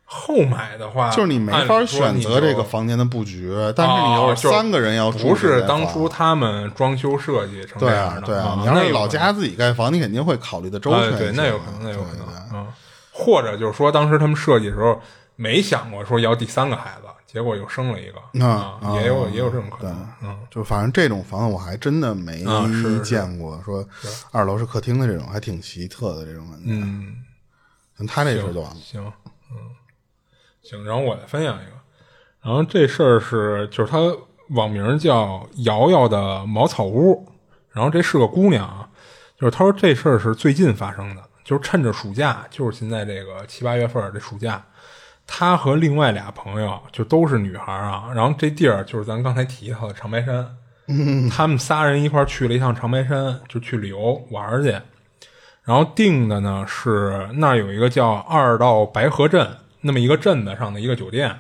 后买的话，
就是你没
啊按
法
理说
选
你
择这
就
个房间的布局，但是你要是三个人要住
不哦是
这
当
房
初他们装修设计成这
对
样
啊
的，
对
啊
啊，，你要
那
是
有
老
可能
家自己盖房，你肯定会考虑的周全
啊，
一些。
对，那有可能，那有可
对
能
对
啊、嗯。或者就是说，当时他们设计的时候没想过说要第三个孩子，结果又生了一个
啊啊
也有也有这种可能。嗯，
就反正这种房子我还真的没
啊是是
见过，说二楼是客厅的这种，还挺奇特的这种感觉。
嗯，
像他这事儿就完了。
行，嗯，行。然后我再分享一个，然后这事儿是就是他网名叫瑶瑶的茅草屋，然后这是个姑娘啊，就是他说这事儿是最近发生的，就是趁着暑假，就是现在这个七八月份儿这暑假，她和另外俩朋友就都是女孩儿啊，然后这地儿就是咱刚才提到的长白山，嗯，他们仨人一块儿去了一趟长白山，就去旅游玩儿去。然后定的呢是那儿有一个叫二道白河镇那么一个镇子上的一个酒店，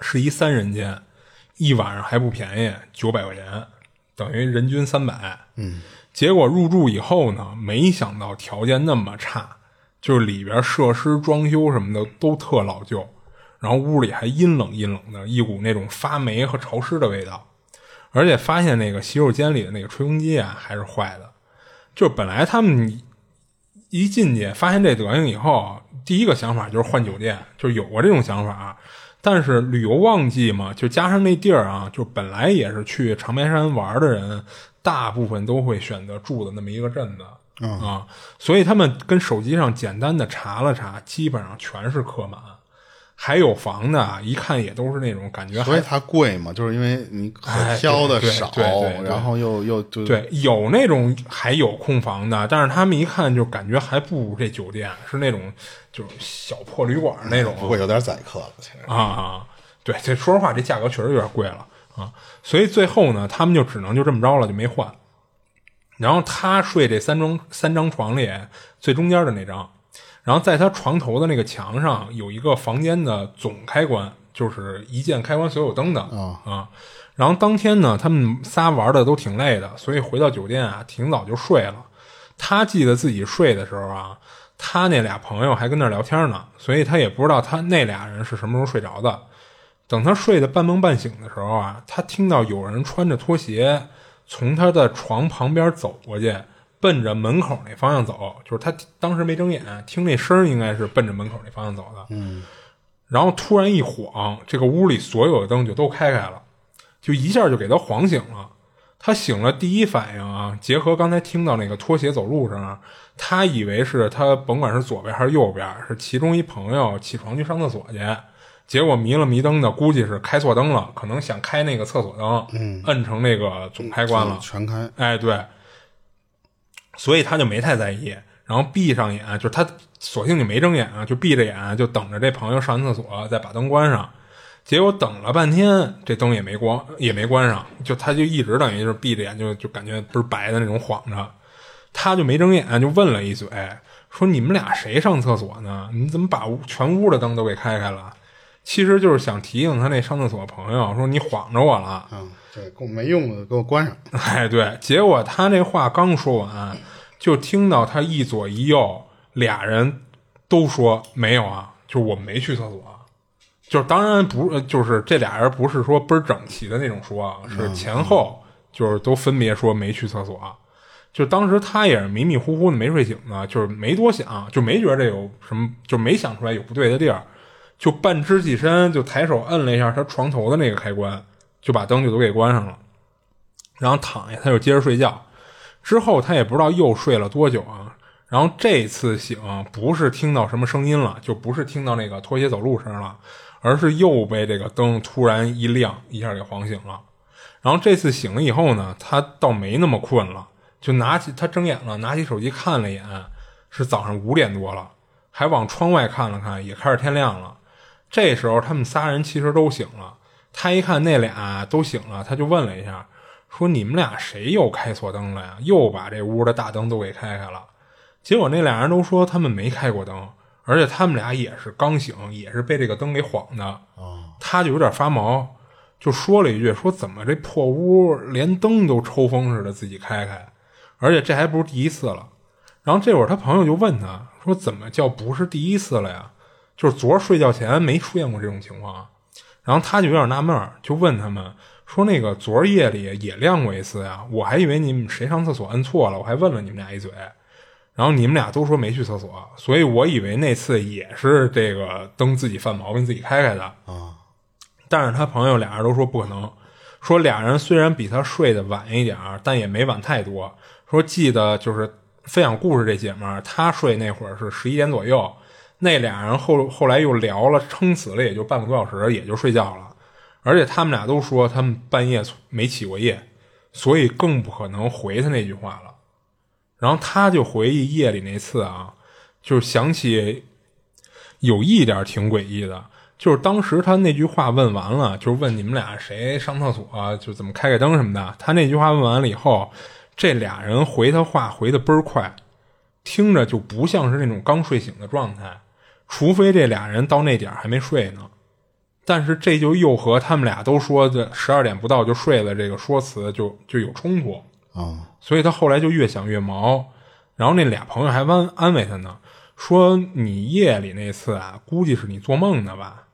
是一三人间，一晚上还不便宜，九百块钱，等于人均三百。嗯，结果入住以后呢，没想到条件那么差，就是里边设施、装修什么的都特老旧，然后屋里还阴冷阴冷的，一股那种发霉和潮湿的味道，而且发现那个洗手间里的那个吹风机啊还是坏的。就是本来他们一进去发现这德行以后，第一个想法就是换酒店，就是有过这种想法。啊但是旅游旺季嘛，就加上那地儿啊，就本来也是去长白山玩的人，大部分都会选择住的那么一个镇子、
嗯
啊，所以他们跟手机上简单的查了查，基本上全是客满，还有房的啊，一看也都是那种感觉还
所以它贵嘛，就是因为你可
哎
挑的
对对
少
对对，对
然后又又就
对，有那种还有空房的，但是他们一看就感觉还不如这酒店，是那种就是小破旅馆那种
不会有点宰客了。其实
啊。对，这说实话，这价格确实有点贵了啊。所以最后呢，他们就只能就这么着了，就没换。然后他睡这三张三张床里最中间的那张，然后在他床头的那个墙上有一个房间的总开关，就是一键开关所有灯的啊、然后当天呢，他们仨玩的都挺累的，所以回到酒店啊，挺早就睡了。他记得自己睡的时候啊，他那俩朋友还跟那儿聊天呢，所以他也不知道他那俩人是什么时候睡着的。等他睡得半梦半醒的时候啊，他听到有人穿着拖鞋从他的床旁边走过去，奔着门口那方向走。就是他当时没睁眼，听那声儿应该是奔着门口那方向走的。嗯，然后突然一晃，这个屋里所有的灯就都开开了，就一下就给他晃醒了。他醒了，第一反应啊，结合刚才听到那个拖鞋走路声啊，他以为是他甭管是左边还是右边，是其中一朋友起床去上厕所去，结果迷了迷瞪的，估计是开错灯了，可能想开那个厕所灯，嗯，摁成那个总开关了，
全开，
哎，对，所以他就没太在意，然后闭上眼，就是他索性就没睁眼啊，就闭着眼，就等着这朋友上完厕所再把灯关上。结果等了半天，这灯也没关，也没关上，就他就一直等于就是闭着眼，就就感觉不是白的那种晃着，他就没睁眼，啊就问了一嘴，说你们俩谁上厕所呢？你怎么把屋全屋的灯都给开开了？其实就是想提醒他那上厕所的朋友，说你晃着我了。
嗯，对，给我没用的给我关上。
哎，对，结果他那话刚说完，就听到他一左一右俩人都说没有啊，就是我没去厕所啊，就是当然不是，就是这俩人不是说倍儿整齐的那种说啊，是前后就是都分别说没去厕所啊、就当时他也是迷迷糊糊的没睡醒呢，就是没多想，就没觉得这有什么，就没想出来有不对的地儿，就半支起身，就抬手摁了一下他床头的那个开关，就把灯就都给关上了。然后躺下，他就接着睡觉。之后他也不知道又睡了多久啊。然后这次醒啊不是听到什么声音了，就不是听到那个拖鞋走路声了，而是又被这个灯突然一亮，一下给晃醒了。然后这次醒了以后呢，他倒没那么困了，就拿起他睁眼了，拿起手机看了一眼，是早上五点多了，还往窗外看了看，也开始天亮了。这时候他们仨人其实都醒了，他一看那俩都醒了，他就问了一下，说你们俩谁又开错灯了呀？又把这屋的大灯都给开开了。结果那俩人都说他们没开过灯，而且他们俩也是刚醒，也是被这个灯给晃的。他就有点发毛，就说了一句：“说怎么这破屋连灯都抽风似的自己开开，而且这还不是第一次了。”然后这会儿他朋友就问他说：“怎么叫不是第一次了呀？就是昨儿睡觉前没出现过这种情况。”啊然后他就有点纳闷儿，就问他们说：“那个昨儿夜里也亮过一次呀，我还以为你们谁上厕所摁错了，我还问了你们俩一嘴。”然后你们俩都说没去厕所，所以我以为那次也是这个灯自己犯毛病自己开开的
啊。
但是他朋友俩人都说不可能，说俩人虽然比他睡得晚一点儿，但也没晚太多。说记得就是分享故事这姐们儿，她睡那会儿是十一点左右，那俩人后后来又聊了，撑死了也就半个多小时，也就睡觉了。而且他们俩都说他们半夜没起过夜，所以更不可能回他那句话了。然后他就回忆夜里那次啊，就是想起有一点挺诡异的，就是当时他那句话问完了，就是问你们俩谁上厕所、啊，就怎么开开灯什么的。他那句话问完了以后，这俩人回他话回的倍儿快，听着就不像是那种刚睡醒的状态，除非这俩人到那点儿还没睡呢。但是这就又和他们俩都说的十二点不到就睡了这个说辞就就有冲突。
啊，
所以他后来就越想越毛。然后那俩朋友还安安慰他呢，说你夜里那次啊，估计是你做梦的吧？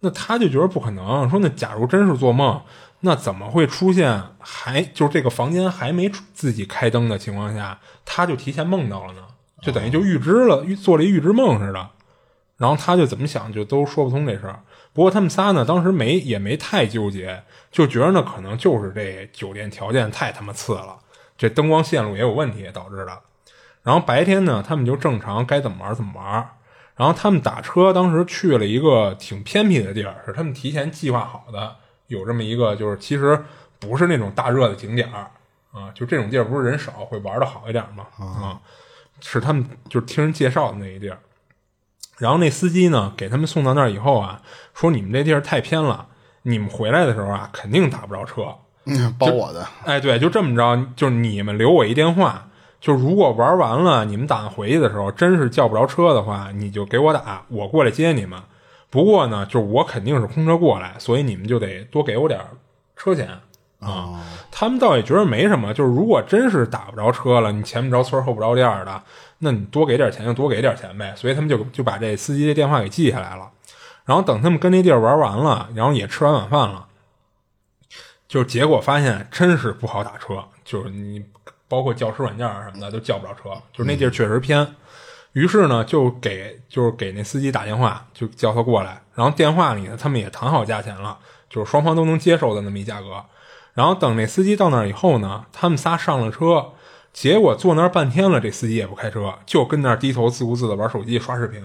那他就觉得不可能，说那假如真是做梦，那怎么会出现还就是这个房间还没出自己开灯的情况下，他就提前梦到了呢？就等于就预知了，预做了一预知梦似的。然后他就怎么想就都说不通这事儿。不过他们仨呢，当时没也没太纠结，就觉得呢可能就是这酒店条件太他妈次了，这灯光线路也有问题导致的。然后白天呢，他们就正常该怎么玩怎么玩。然后他们打车当时去了一个挺偏僻的地儿，是他们提前计划好的，有这么一个就是其实不是那种大热的景点儿啊，就这种地儿不是人少会玩的好一点嘛啊，是他们就是听人介绍的那一地儿。然后那司机呢，给他们送到那儿以后啊，说你们这地儿太偏了，你们回来的时候啊，肯定打不着车。
嗯包我的，
哎，对，就这么着，就是你们留我一电话，就如果玩完了，你们打算回去的时候，真是叫不着车的话，你就给我打，我过来接你们。不过呢，就是我肯定是空车过来，所以你们就得多给我点儿车钱啊。他们倒也觉得没什么，就是如果真是打不着车了，你前不着村儿后不着店儿的，那你多给点钱就多给点钱呗。所以他们就就把这司机的电话给记下来了。然后等他们跟那地儿玩完了，然后也吃完晚饭了，就是结果发现真是不好打车，就是你包括叫车软件儿什么的都叫不着车，就是那地儿确实偏。于是呢，就给就是给那司机打电话，就叫他过来。然后电话里呢，他们也谈好价钱了，就是双方都能接受的那么一价格。然后等那司机到那儿以后呢，他们仨上了车，结果坐那儿半天了，这司机也不开车，就跟那儿低头自顾自的玩手机刷视频。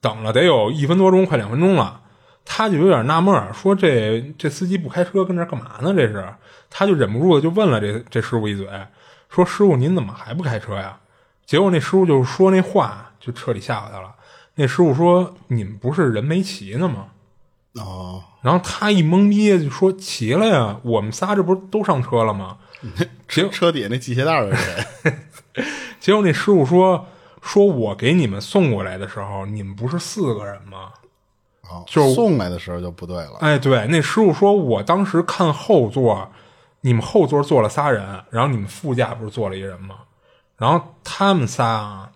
等了得有一分多钟，快两分钟了。他就有点纳闷儿，说这这司机不开车跟这儿干嘛呢？这是，他就忍不住的就问了这这师傅一嘴，说师傅您怎么还不开车呀？结果那师傅就说那话就彻底吓唬他了。那师傅说你们不是人没骑呢吗？
哦，
然后他一懵逼就说骑了呀，我们仨这不是都上车了吗？结果
车底下那系鞋带儿的谁？
结果那师傅说：“说我给你们送过来的时候，你们不是四个人吗
哦
就是
送来的时候就不对？”了，
哎，对，那师傅说：“我当时看后座，你们后座坐了仨人，然后你们副驾不是坐了一人吗？然后他们仨啊，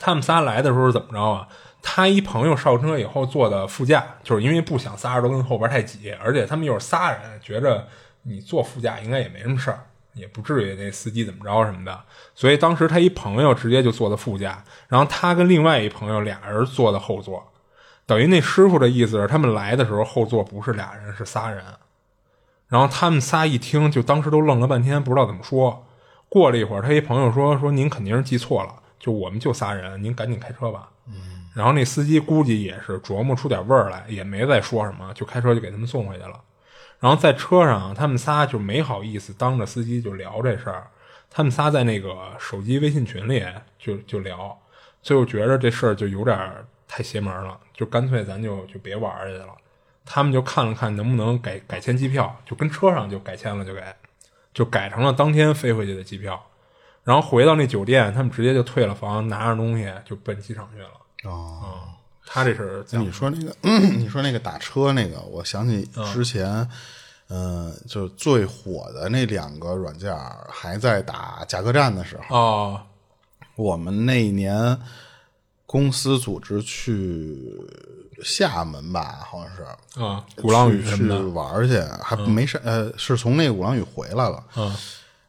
他们仨来的时候是怎么着啊？他一朋友上车以后坐的副驾，就是因为不想仨人都跟后边太挤，而且他们又是仨人，觉着你坐副驾应该也没什么事儿，也不至于那司机怎么着什么的。所以当时他一朋友直接就坐的副驾，然后他跟另外一朋友俩人坐的后座，等于那师傅的意思是他们来的时候后座不是俩人是仨人。然后他们仨一听，就当时都愣了半天，不知道怎么说。过了一会儿，他一朋友说：“说您肯定是记错了，就我们就仨人，您赶紧开车吧。”嗯。然后那司机估计也是琢磨出点味儿来，也没再说什么，就开车就给他们送回去了。然后在车上，他们仨就没好意思当着司机就聊这事儿，他们仨在那个手机微信群里就就聊，最后觉着这事儿就有点儿太邪门了，就干脆咱就就别玩儿去了。他们就看了看能不能改改签机票，就跟车上就改签了，就给就改成了当天飞回去的机票。然后回到那酒店，他们直接就退了房，拿着东西就奔机场去了。嗯
哦。
他这是
那
讲
你说那个， 你说那个打车那个，我想起之前，嗯、呃，就是最火的那两个软件儿还在打价格战的时候，
哦，
我们那一年公司组织去厦门吧，好像是
啊，鼓浪屿什
去
么
去
的，
玩儿去，还没事、呃，是从那个鼓浪屿回来了。
嗯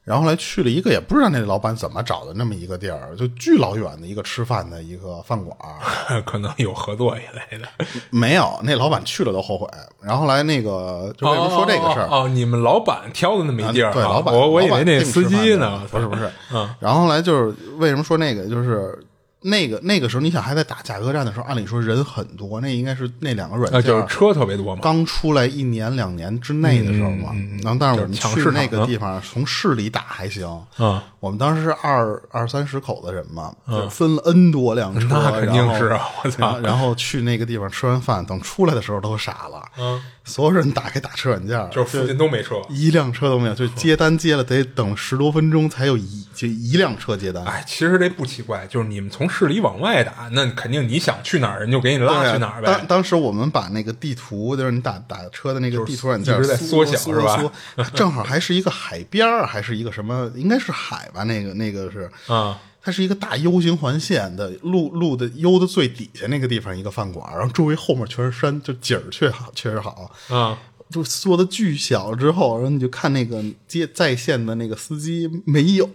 然后后来去了一个也不知道那老板怎么找的那么一个地儿，就巨老远的一个吃饭的一个饭馆儿，
可能有合作一 类的。
没有那老板去了都后悔。然后后来那个就为什么说这个事儿、
哦哦哦，你们老板挑的那么一地儿啊，
对，老板，
我我以
老
为
板定
那
吃
司机
饭的啊
呢，
不是不 是，
嗯，
然后后来就是为什么说那个，就是那个那个时候，你想还在打价格战的时候，按理说人很多，那应该是那两个软
啊，
件
就
儿、
是车特别 多嘛，
刚出来一年两年之内的时候
嗯
嘛。然后但是我们
就是抢
去
市
那
场
个地方，从市里打还行，
嗯，
我们当时是二二三十口的人嘛，就分了 N 多辆车，
那肯定
然后
是啊我操
然后 然后去那个地方吃完饭，等出来的时候都傻了，
嗯，
所有人打开打车软件儿，
就是附近都没车。
一辆车都没有，就接单接了得等十多分钟才有一就一辆车接单。
哎，其实这不奇怪，就是你们从市里往外打，那肯定你想去哪儿，人就给你
对
拉
啊
去哪儿
当
呗。
当时我们把那个地图，就是你打打车的那个地图软件
一直在
缩
缩小
缩
是吧
缩缩 正好还是一个海边儿，还是一个什么？应该是海吧？那个那个是
啊，
它是一个大 U 型环线的路路的 U 的最底下那个地方一个饭馆，然后周围后面全是山，就景儿确好确实好。
啊，
就缩的巨小之后，然后你就看那个接在线的那个司机没有，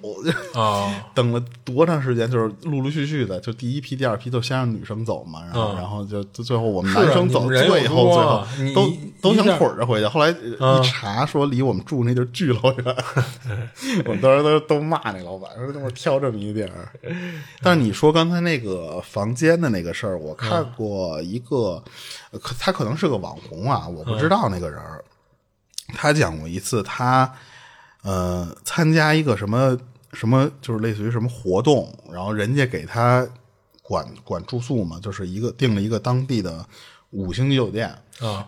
哦
等了多长时间？就是陆陆续续的，就第一批、第二批都先让女生走嘛，然后、
嗯
然后就就最后我们
是啊
男生走，
你们人有
最后
多
最后
啊你
都
你
都想
一下啊
捆着回去。后来呃一查说离我们住那地儿巨老 远，我们当时都都骂那老板说他妈挑这么一地儿。但是你说刚才那个房间的那个事儿，我看
嗯
过一个，呃可他可能是个网红啊，我不知
嗯
道那个人儿。他讲过一次，他呃参加一个什么什么，就是类似于什么活动，然后人家给他管管住宿嘛，就是一个订了一个当地的五星级酒店，
啊，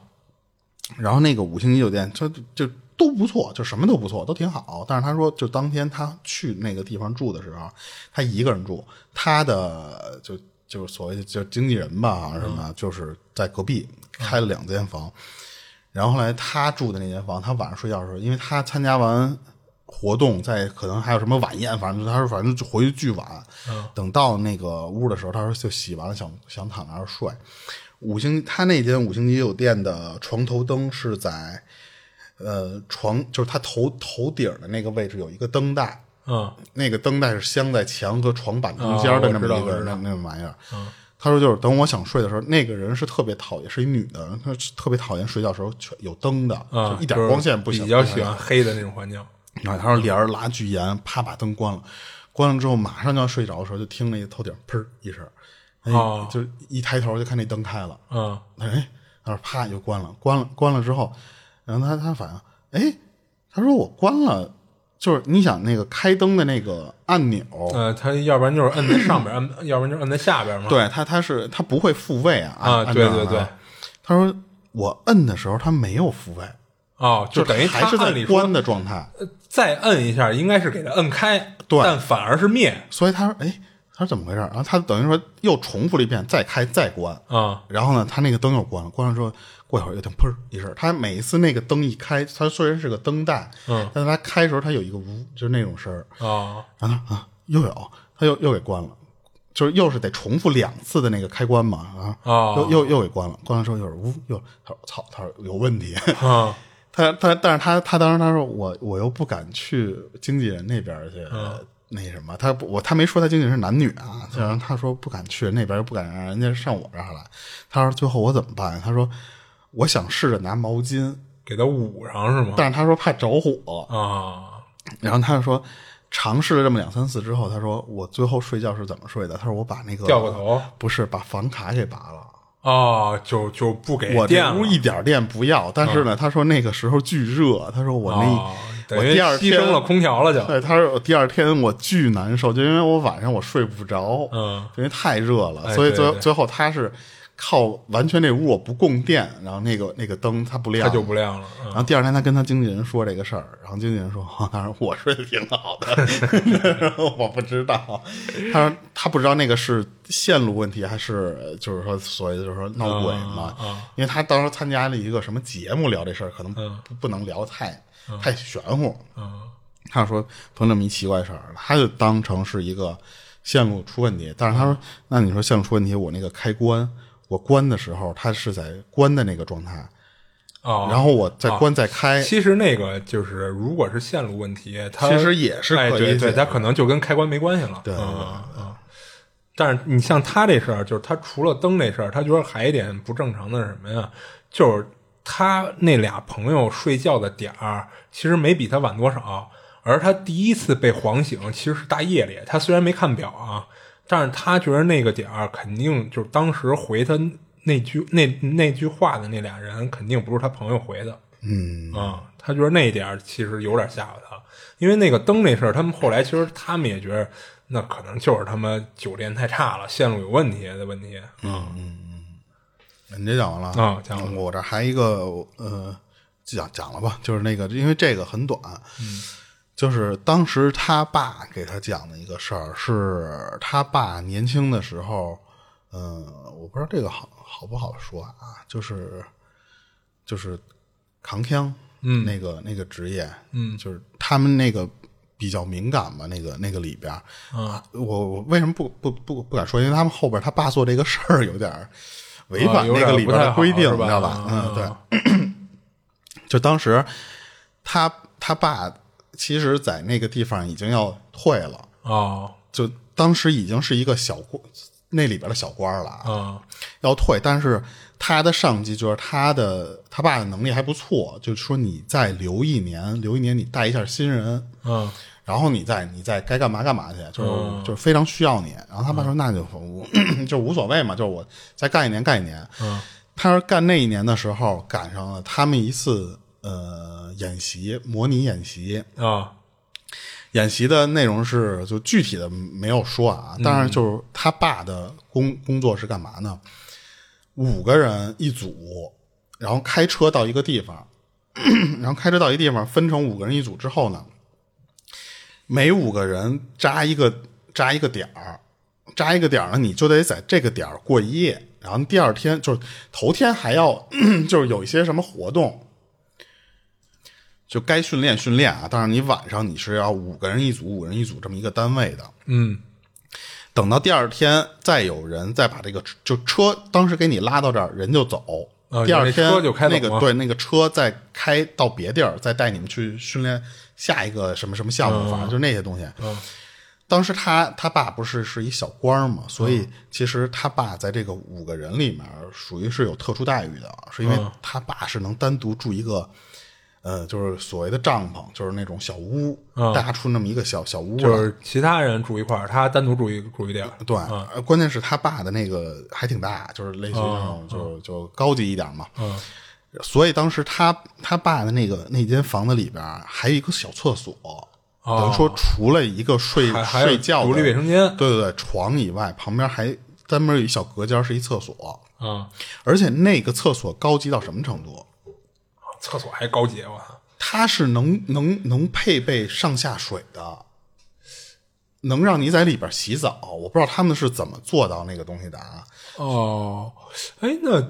然后那个五星级酒店就就都不错，就什么都不错，都挺好。但是他说，就当天他去那个地方住的时候，他一个人住，他的就就是所谓的就经纪人吧，好像什么，就是在隔壁开了两间房。然后后来他住的那间房，他晚上睡觉的时候，因为他参加完活动，在可能还有什么晚宴，反正他说反正就回去巨晚。等到那个屋的时候，他说就洗完了，想想躺那儿睡。五星他那间五星级酒店的床头灯是在呃床就是他头头顶的那个位置有一个灯带，
嗯，
那个灯带是镶在墙和床板中间的
啊
那么一
我知道我
个、
知
那
道嗯
那么玩意儿。他说就是等我想睡的时候，那个人是特别讨厌，是一女的，她是特别讨厌睡觉的时候全有灯的，
啊，
就一点
就是
光线不行。啊
比较喜欢黑的那种环境。
然后他说帘儿拉巨严，啪把灯关了，关了之后马上就要睡着的时候，就听那个头顶砰一声，哎，
哦
就一抬头就看那灯开了。
嗯，
哎，他说啪就关了，关了关了之后，然后他他反应，哎，他说我关了，就是你想那个开灯的那个按钮，
呃，他要不然就是摁在上边，摁要不然就是摁在下边嘛。
对他他是他不会复位啊，
啊，
按
对
按
对
照
对
啊，他说我摁的时候他没有复位，
哦，就等于
还
他
是
按
在
理说
关的状态，
再摁一下，应该是给它摁开，
对
但反而是灭
所以他说哎，他说怎么回事？然后他等于说又重复了一遍，再开再关，
啊
然后呢，他那个灯又关了，关了之后，过一会儿又听砰一声。他每一次那个灯一开，它虽然是个灯带，
嗯，
但是它开的时候它有一个呜，就是那种声儿。
啊
然后他啊，又有，他又又给关了，就是又是得重复两次的那个开关嘛啊，
哦
又又又给关了，关了之后又是呜，又他说操，他说有问题。
啊
他他但是他他当时他说我我又不敢去经纪人那边儿去、那什么，他不我他没说他经纪人是男女啊，然后他说不敢去那边，又不敢让人家上我这儿来。他说最后我怎么办？他说我想试着拿毛巾，
给它捂上是吗？
但是他说怕着火，
啊
然后他就说尝试了这么两三次之后，他说我最后睡觉是怎么睡的？他说我把那个
掉过头
不是把房卡给拔了。
啊，就就不给
我
电
这屋
了
一点电不要，但是呢，他说那个时候巨热，他说我那、
啊，
我
等于
第二
牺
天
牲了空调了就
对，他说我第二天我巨难受，就因为我晚上我睡不着，
嗯，
因为太热了，
哎
所以
对
最后
对
最后他是靠完全那屋我不供电，然后那个那个灯它不亮，
它就不。亮了。
然后第二天他跟他经纪人说这个事儿，然后经纪人说，啊、当然我睡得挺好 的， 然后我不知道，他说他不知道那个是线路问题还是就是说所谓的就是说闹鬼嘛，
嗯嗯
因为他当时参加了一个什么节目聊这事儿，可能不、不能聊太太玄乎，
嗯
他说碰这么一奇怪事儿，他就当成是一个线路出问题。但是他
嗯
说，那你说线路出问题，我那个开关，我关的时候，它是在关的那个状态，
啊，
然后我再关再开，
其实那个就是，如果是线路问题，它
其实也是
哎，
可
对
以解
对，
决
它可能就跟开关没关系了。
对对对
嗯嗯嗯但是你像他这事儿，就是他除了灯这事儿，他觉得还有一点不正常的是什么呀？就是他那俩朋友睡觉的点儿其实没比他晚多少，而他第一次被晃醒其实是大夜里，他虽然没看表啊，但是他觉得那个点儿肯定就是当时回他那句那那句话的那俩人肯定不是他朋友回的。啊、他觉得那一点儿其实有点吓唬他，因为那个灯那事儿，他们后来其实他们也觉得，那可能就是他妈酒店太差了，线路有问题的问题。嗯，
你这讲完了嗯
啊讲完了
我这还一个呃，讲讲了吧，就是那个，因为这个很短，
嗯
就是当时他爸给他讲的一个事儿，是他爸年轻的时候，嗯、我不知道这个好好不好说啊，就是就是扛枪，嗯，那个那个职业，嗯，就是他们那个比较敏感吧，那个那个里边，
嗯
啊，我我为什么不不不不敢说？因为他们后边他爸做这个事儿有点儿违
啊
反
有
那
点
个里边
不太
的
好
规定，
是
你
吧
知道吧？嗯，对
啊。
就当时他他爸其实，在那个地方已经要退了，
哦，
就当时已经是一个小官，那里边的小官了啊，
啊，
要退。但是他的上级就是他的他爸的能力还不错，就说你再留一年，留一年你带一下新人，
嗯，
然后你再你再该干嘛干嘛去，就是、就是非常需要你。然后他爸说那就无 就无所谓嘛，就是我再干一年干一年。嗯，他说干那一年的时候赶上了他们一次呃演习，模拟演习。
啊，
演习的内容是就具体的没有说啊，但是就是他爸的工工作是干嘛呢？五个人一组，然后开车到一个地方， 然后开车到一个地方，分成五个人一组之后呢，每五个人扎一个扎一个点儿，扎一个点儿呢，你就得在这个点儿过一夜，然后第二天就是头天还要 就是有一些什么活动，就该训练训练啊。但是你晚上你是要五个人一组，五个人一组这么一个单位的。
嗯，
等到第二天再有人再把这个车就车，当时给你拉到这儿，人就走。
啊
第二天
那车就开走
那
了
个对那个车再开到别地儿，再带你们去训练下一个什么什么项目，反正就那些东西。
嗯
当时他他爸不是是一小官儿嘛，所以其实他爸在这个五个人里面属于是有特殊待遇的，啊是因为他爸是能单独住一个，呃，就是所谓的帐篷，就是那种小屋，搭出那么一个小小屋来，
嗯
啊
就是其他人住一块儿，他单独住一住一地儿。
对，呃关键是他爸的那个还挺大，就是类似于那种
嗯
就就高级一点嘛。嗯，所以当时他他爸的那个那间房子里边还有一个小厕所，
哦
等于说除了一个睡
还还有
睡觉的
独立卫生间
对对对，床以外，旁边还专门有一小隔间是一厕所，
啊，
而且那个厕所高级到什么程度？
厕所还高级，我操！
它是能能能配备上下水的，能让你在里边洗澡。我不知道他们是怎么做到那个东西的啊。
哦，哎，那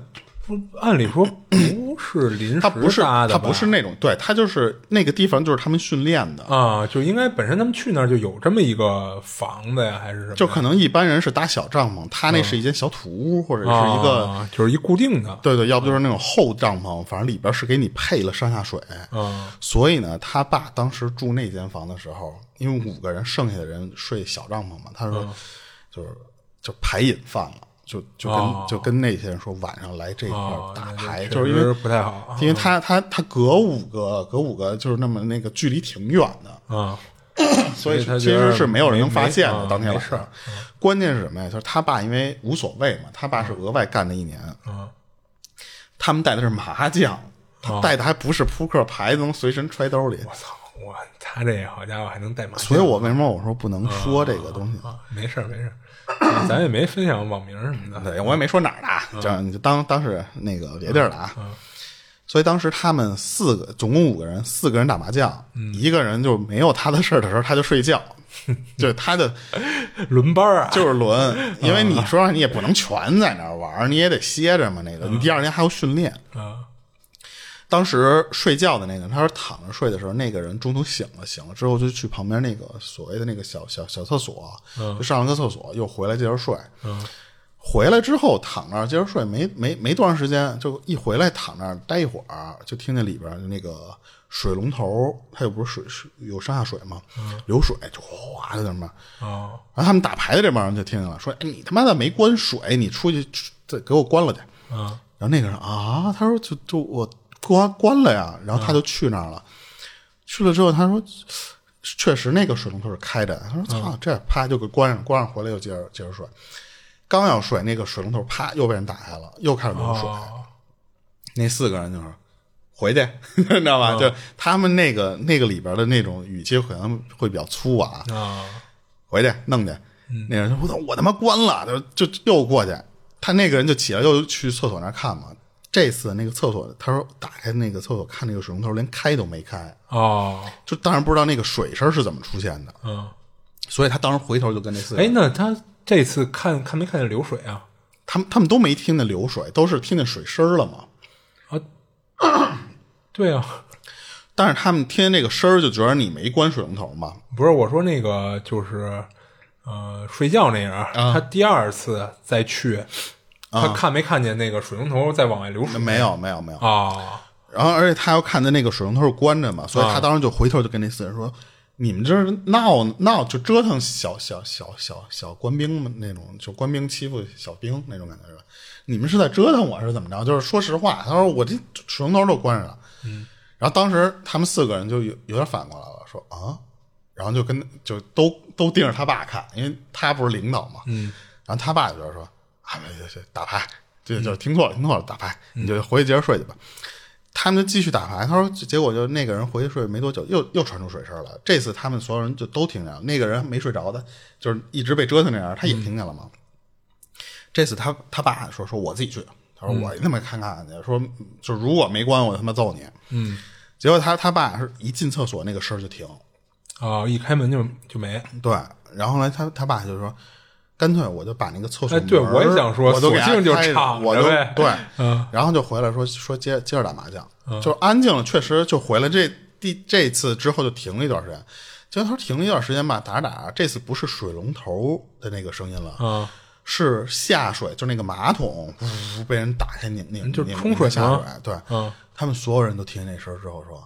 不按理说不是临时
它不是
搭的
它
吧，
不是那种，对，它就是那个地方就是他们训练的，
啊，就应该本身他们去那儿就有这么一个房子呀，还是什么呀？
就可能一般人是搭小帐篷，他那
嗯
是一间小土屋或者是一个，
啊、就是一固定的，
对对，要不就是那种厚帐篷，反正里边是给你配了上下水。
啊
所以呢，他爸当时住那间房的时候，因为五个人，剩下的人睡小帐篷嘛，他说
嗯
就是就排瘾犯了，就就跟、
哦
就跟那些人说晚上来这一块儿
哦
打
那就
牌，
确
就是因为
实不太好
因为他他他隔五个隔五个就是那么那个距离挺远的，
啊
所以
所以他
其
觉得
实是没有人能发现
没
的。
没
当天晚
没事
上
儿，
关键是什么呀？就是他爸因为无所谓嘛，他爸是额外干的一年。
啊
他们带的是麻将，
哦
他带的还不是扑克牌，能随身揣兜里。
我操，我他这好家伙还能带麻将，
所以我为什么我说不能说这个东西？
啊没事儿没事儿，咱也没分享网名什么的，
对，我也没说哪儿的
嗯
啊，这样你就当当是那个别地儿的啊。所以当时他们四个，总共五个人，四个人打麻将，
嗯
一个人就没有他的事儿的时候，他就睡 觉，就是他的
轮班儿啊，
嗯就是轮，因为你说你也
嗯
不能全在那儿玩儿，你也得歇着嘛。那个，你第二天还要训练。
啊
当时睡觉的那个，他说躺着睡的时候，那个人中途醒了，醒了之后就去旁边那个所谓的那个小小小厕所，
嗯
就上了个厕所，又回来接着睡。回来之后躺那儿接着睡，没没没多长时间，就一回来躺那儿待一会儿，就听见里边儿就那个水龙头，它又不是水是有上下水嘛，
嗯
流水就哗在那边儿。
啊
然后他们打牌的这帮人就听见了，说：“哎，你他妈的没关水，你出去出再给我关了去。”
啊
然后那个人啊，他说就就我关关了呀，然后他就去那儿了。去了之后，他说确实那个水龙头是开着的，他说操，这啪就给关上，关上回来又接着接着睡。刚要睡，那个水龙头啪又被人打开了，又开始流水。
啊
那四个人就是回去， 你知道吧？就他们那个那个里边的那种语气可能会比较粗啊，
啊！
回去弄去。
嗯
那人说：“我操我他妈关了！”就就又过去，他那个人就起来又去厕所那儿看嘛。这次那个厕所，他说打开那个厕所看那个水龙头连开都没开，
哦，
就当然不知道那个水声是怎么出现的，
嗯，
所以他当时回头就跟那四个
哎
人，，
那他这次看看没看见流水啊？
他们他们都没听见流水，都是听见水声了嘛。
啊对啊，
但是他们听见那个声儿就觉得你没关水龙头嘛，
不是我说那个就是，呃，睡觉那人，
啊
他第二次再去，他看没看见那个水龙头在往外流水？
没有没有没有。
啊
然后而且他又看见那个水龙头是关着嘛，所以他当时就回头就跟那四人说：“你们这是闹闹就折腾小小小小小官兵们那种，就官兵欺负小兵那种感觉是吧？你们是在折腾我是怎么着？就是说实话，他说我这水龙头都关着了。”嗯，然后当时他们四个人就有有点反过来了，说啊，然后就跟就都都盯着他爸看，因为他不是领导嘛。嗯，然后他爸就觉得说啊，没没没打牌，这就是听错了，听错了，打牌，你就回去接着睡去吧。他们就继续打牌。他说，结果就那个人回去睡没多久，又又传出水声了。这次他们所有人就都听见了，那个人没睡着的，就是一直被折腾那样，他也听见了嘛。这次他他爸说说我自己去，他说我他妈看看去，说就如果没关我他妈揍你。嗯，结果他他爸是一进厕所那个声儿就停，
啊！一开门就就没。
对，然后后来他他爸就说，干脆我就把那个厕所门儿、
哎对我也想说
我都给他
索性就
开着
敞着
我就
呗
对，
嗯
然后就回来说说接接着打麻将，就是安静了，确实就回来这第这次之后就停了一段时间，结果他说停了一段时间吧，打着打着，这次不是水龙头的那个声音了，
嗯
是下水，就那个马桶呜呜被人打开拧拧，
就是
拧
冲水
拧下
吗
水，对，
嗯
他们所有人都听见那声儿之后说：“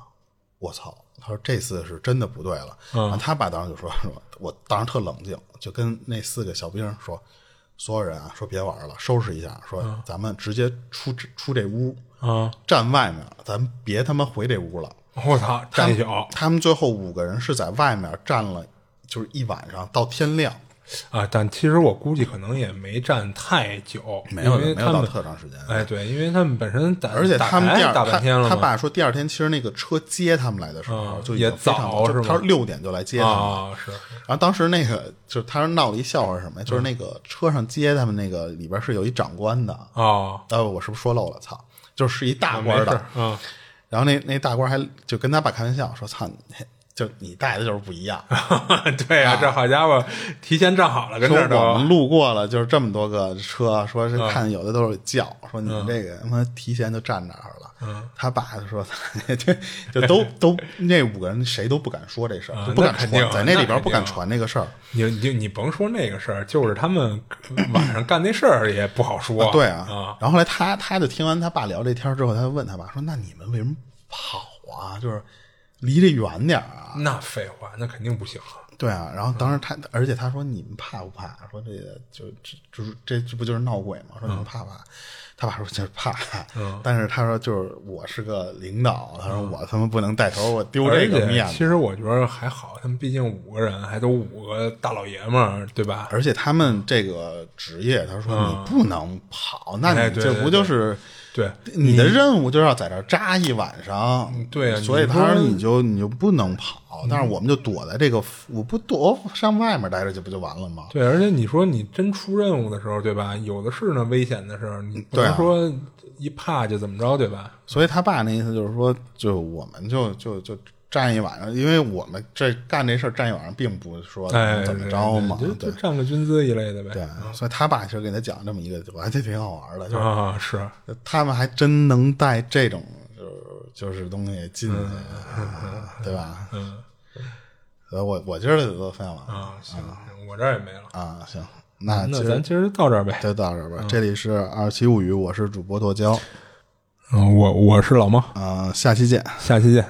我操！”他说：“这次是真的不对了。
嗯
然后他爸当时就说：“ 说我当时特冷静，就跟那四个小兵说，所有人啊，说别玩了，收拾一下，说
嗯
咱们直接出这出这屋，
啊！
站外面，咱们别他妈回这屋了。
我操，
他
站一
们
宿
他们最后五个人是在外面站了，就是一晚上到天亮，
啊！但其实我估计可能也没站太久，
没有
因为
没有
他
到
们
特长时间。
哎，对，因为他们本身打，
而且
打
他们
牌
第二
打半天了
他，他
嘛
爸说第二天其实那个车接他们来的时候、
嗯
就已
也
经非常
早
就是他
吗
说六点就来接他们了。
啊，是
然后当时那个就是他说闹了一笑话是什么呀？就是那个车上接他们那个里边是有一长官的，
啊，
呃，我是不是说漏了？操，就是一大
没
官
事
的。
啊
然后那那大官还就跟他爸开玩笑说：“操，你就你带的就是不一样。”
对啊，这好家伙，提前站好了，跟这
说
儿嗯
我们
都
路过了，就是这么多个车，说是看有的都是叫，说你
嗯
们这个他妈提前就站那儿了。嗯，他爸就说， 就就 都都那五个人谁都不敢说这事儿，
啊
就不敢
那肯定
传，
啊
在那里
那
边
肯
不敢
定啊
传这个事儿。
你你你甭说那个事儿，就是他们晚上干那事儿也不好说。
对
啊，
啊，然后后来他他就听完他爸聊这天儿之后，他就问他爸说：“那你们为什么跑啊？就是离这远点儿啊
那废话，那肯定不行。？”
对啊，然后当时他，而且他说：“你们怕不怕？说这个就这就是这这不就是闹鬼吗？说你们怕不怕？”他爸说：“就是怕。”
嗯
但是他说：“就是我是个领导，他说我他妈不能带头，我丢
而
这个
且
面
其
子。”
实我觉得还好，他们毕竟五个人，还都五个大老爷们儿，对吧？
而且他们这个职业，他说你不能跑，那
嗯哎
你
对
这
对
不
对
就是
对，
你的任务就是要在这儿扎一晚上，
对啊
所以
你
他说
说
你就你就不能跑，但是我们就躲在这个，我不躲上外面待着去不就完了吗？
对，而且你说你真出任务的时候，对吧？有的是呢危险的事儿，你不
对啊
能说一怕就怎么着，对吧？
所以他爸那意思就是说，就我们就就就站一晚上，因为我们这干这事儿站一晚上，并不是说
哎，
怎么着嘛，
对对就
对
就占个军资一类的呗。
对，所以他爸其实给他讲这啊
啊
么一个，我还觉得挺好玩的，就是
啊，是
他们还真能带这种就是就是东西进去，对吧？嗯，呃，我我今儿就都分享完了
啊，行，行我这儿也没了。
啊，行，那
那
今
咱
儿
今儿到这儿呗。
就到这儿吧。这里是二七物语，我是主播剁椒，
嗯，我我是老猫，
啊，下期见。
下期见。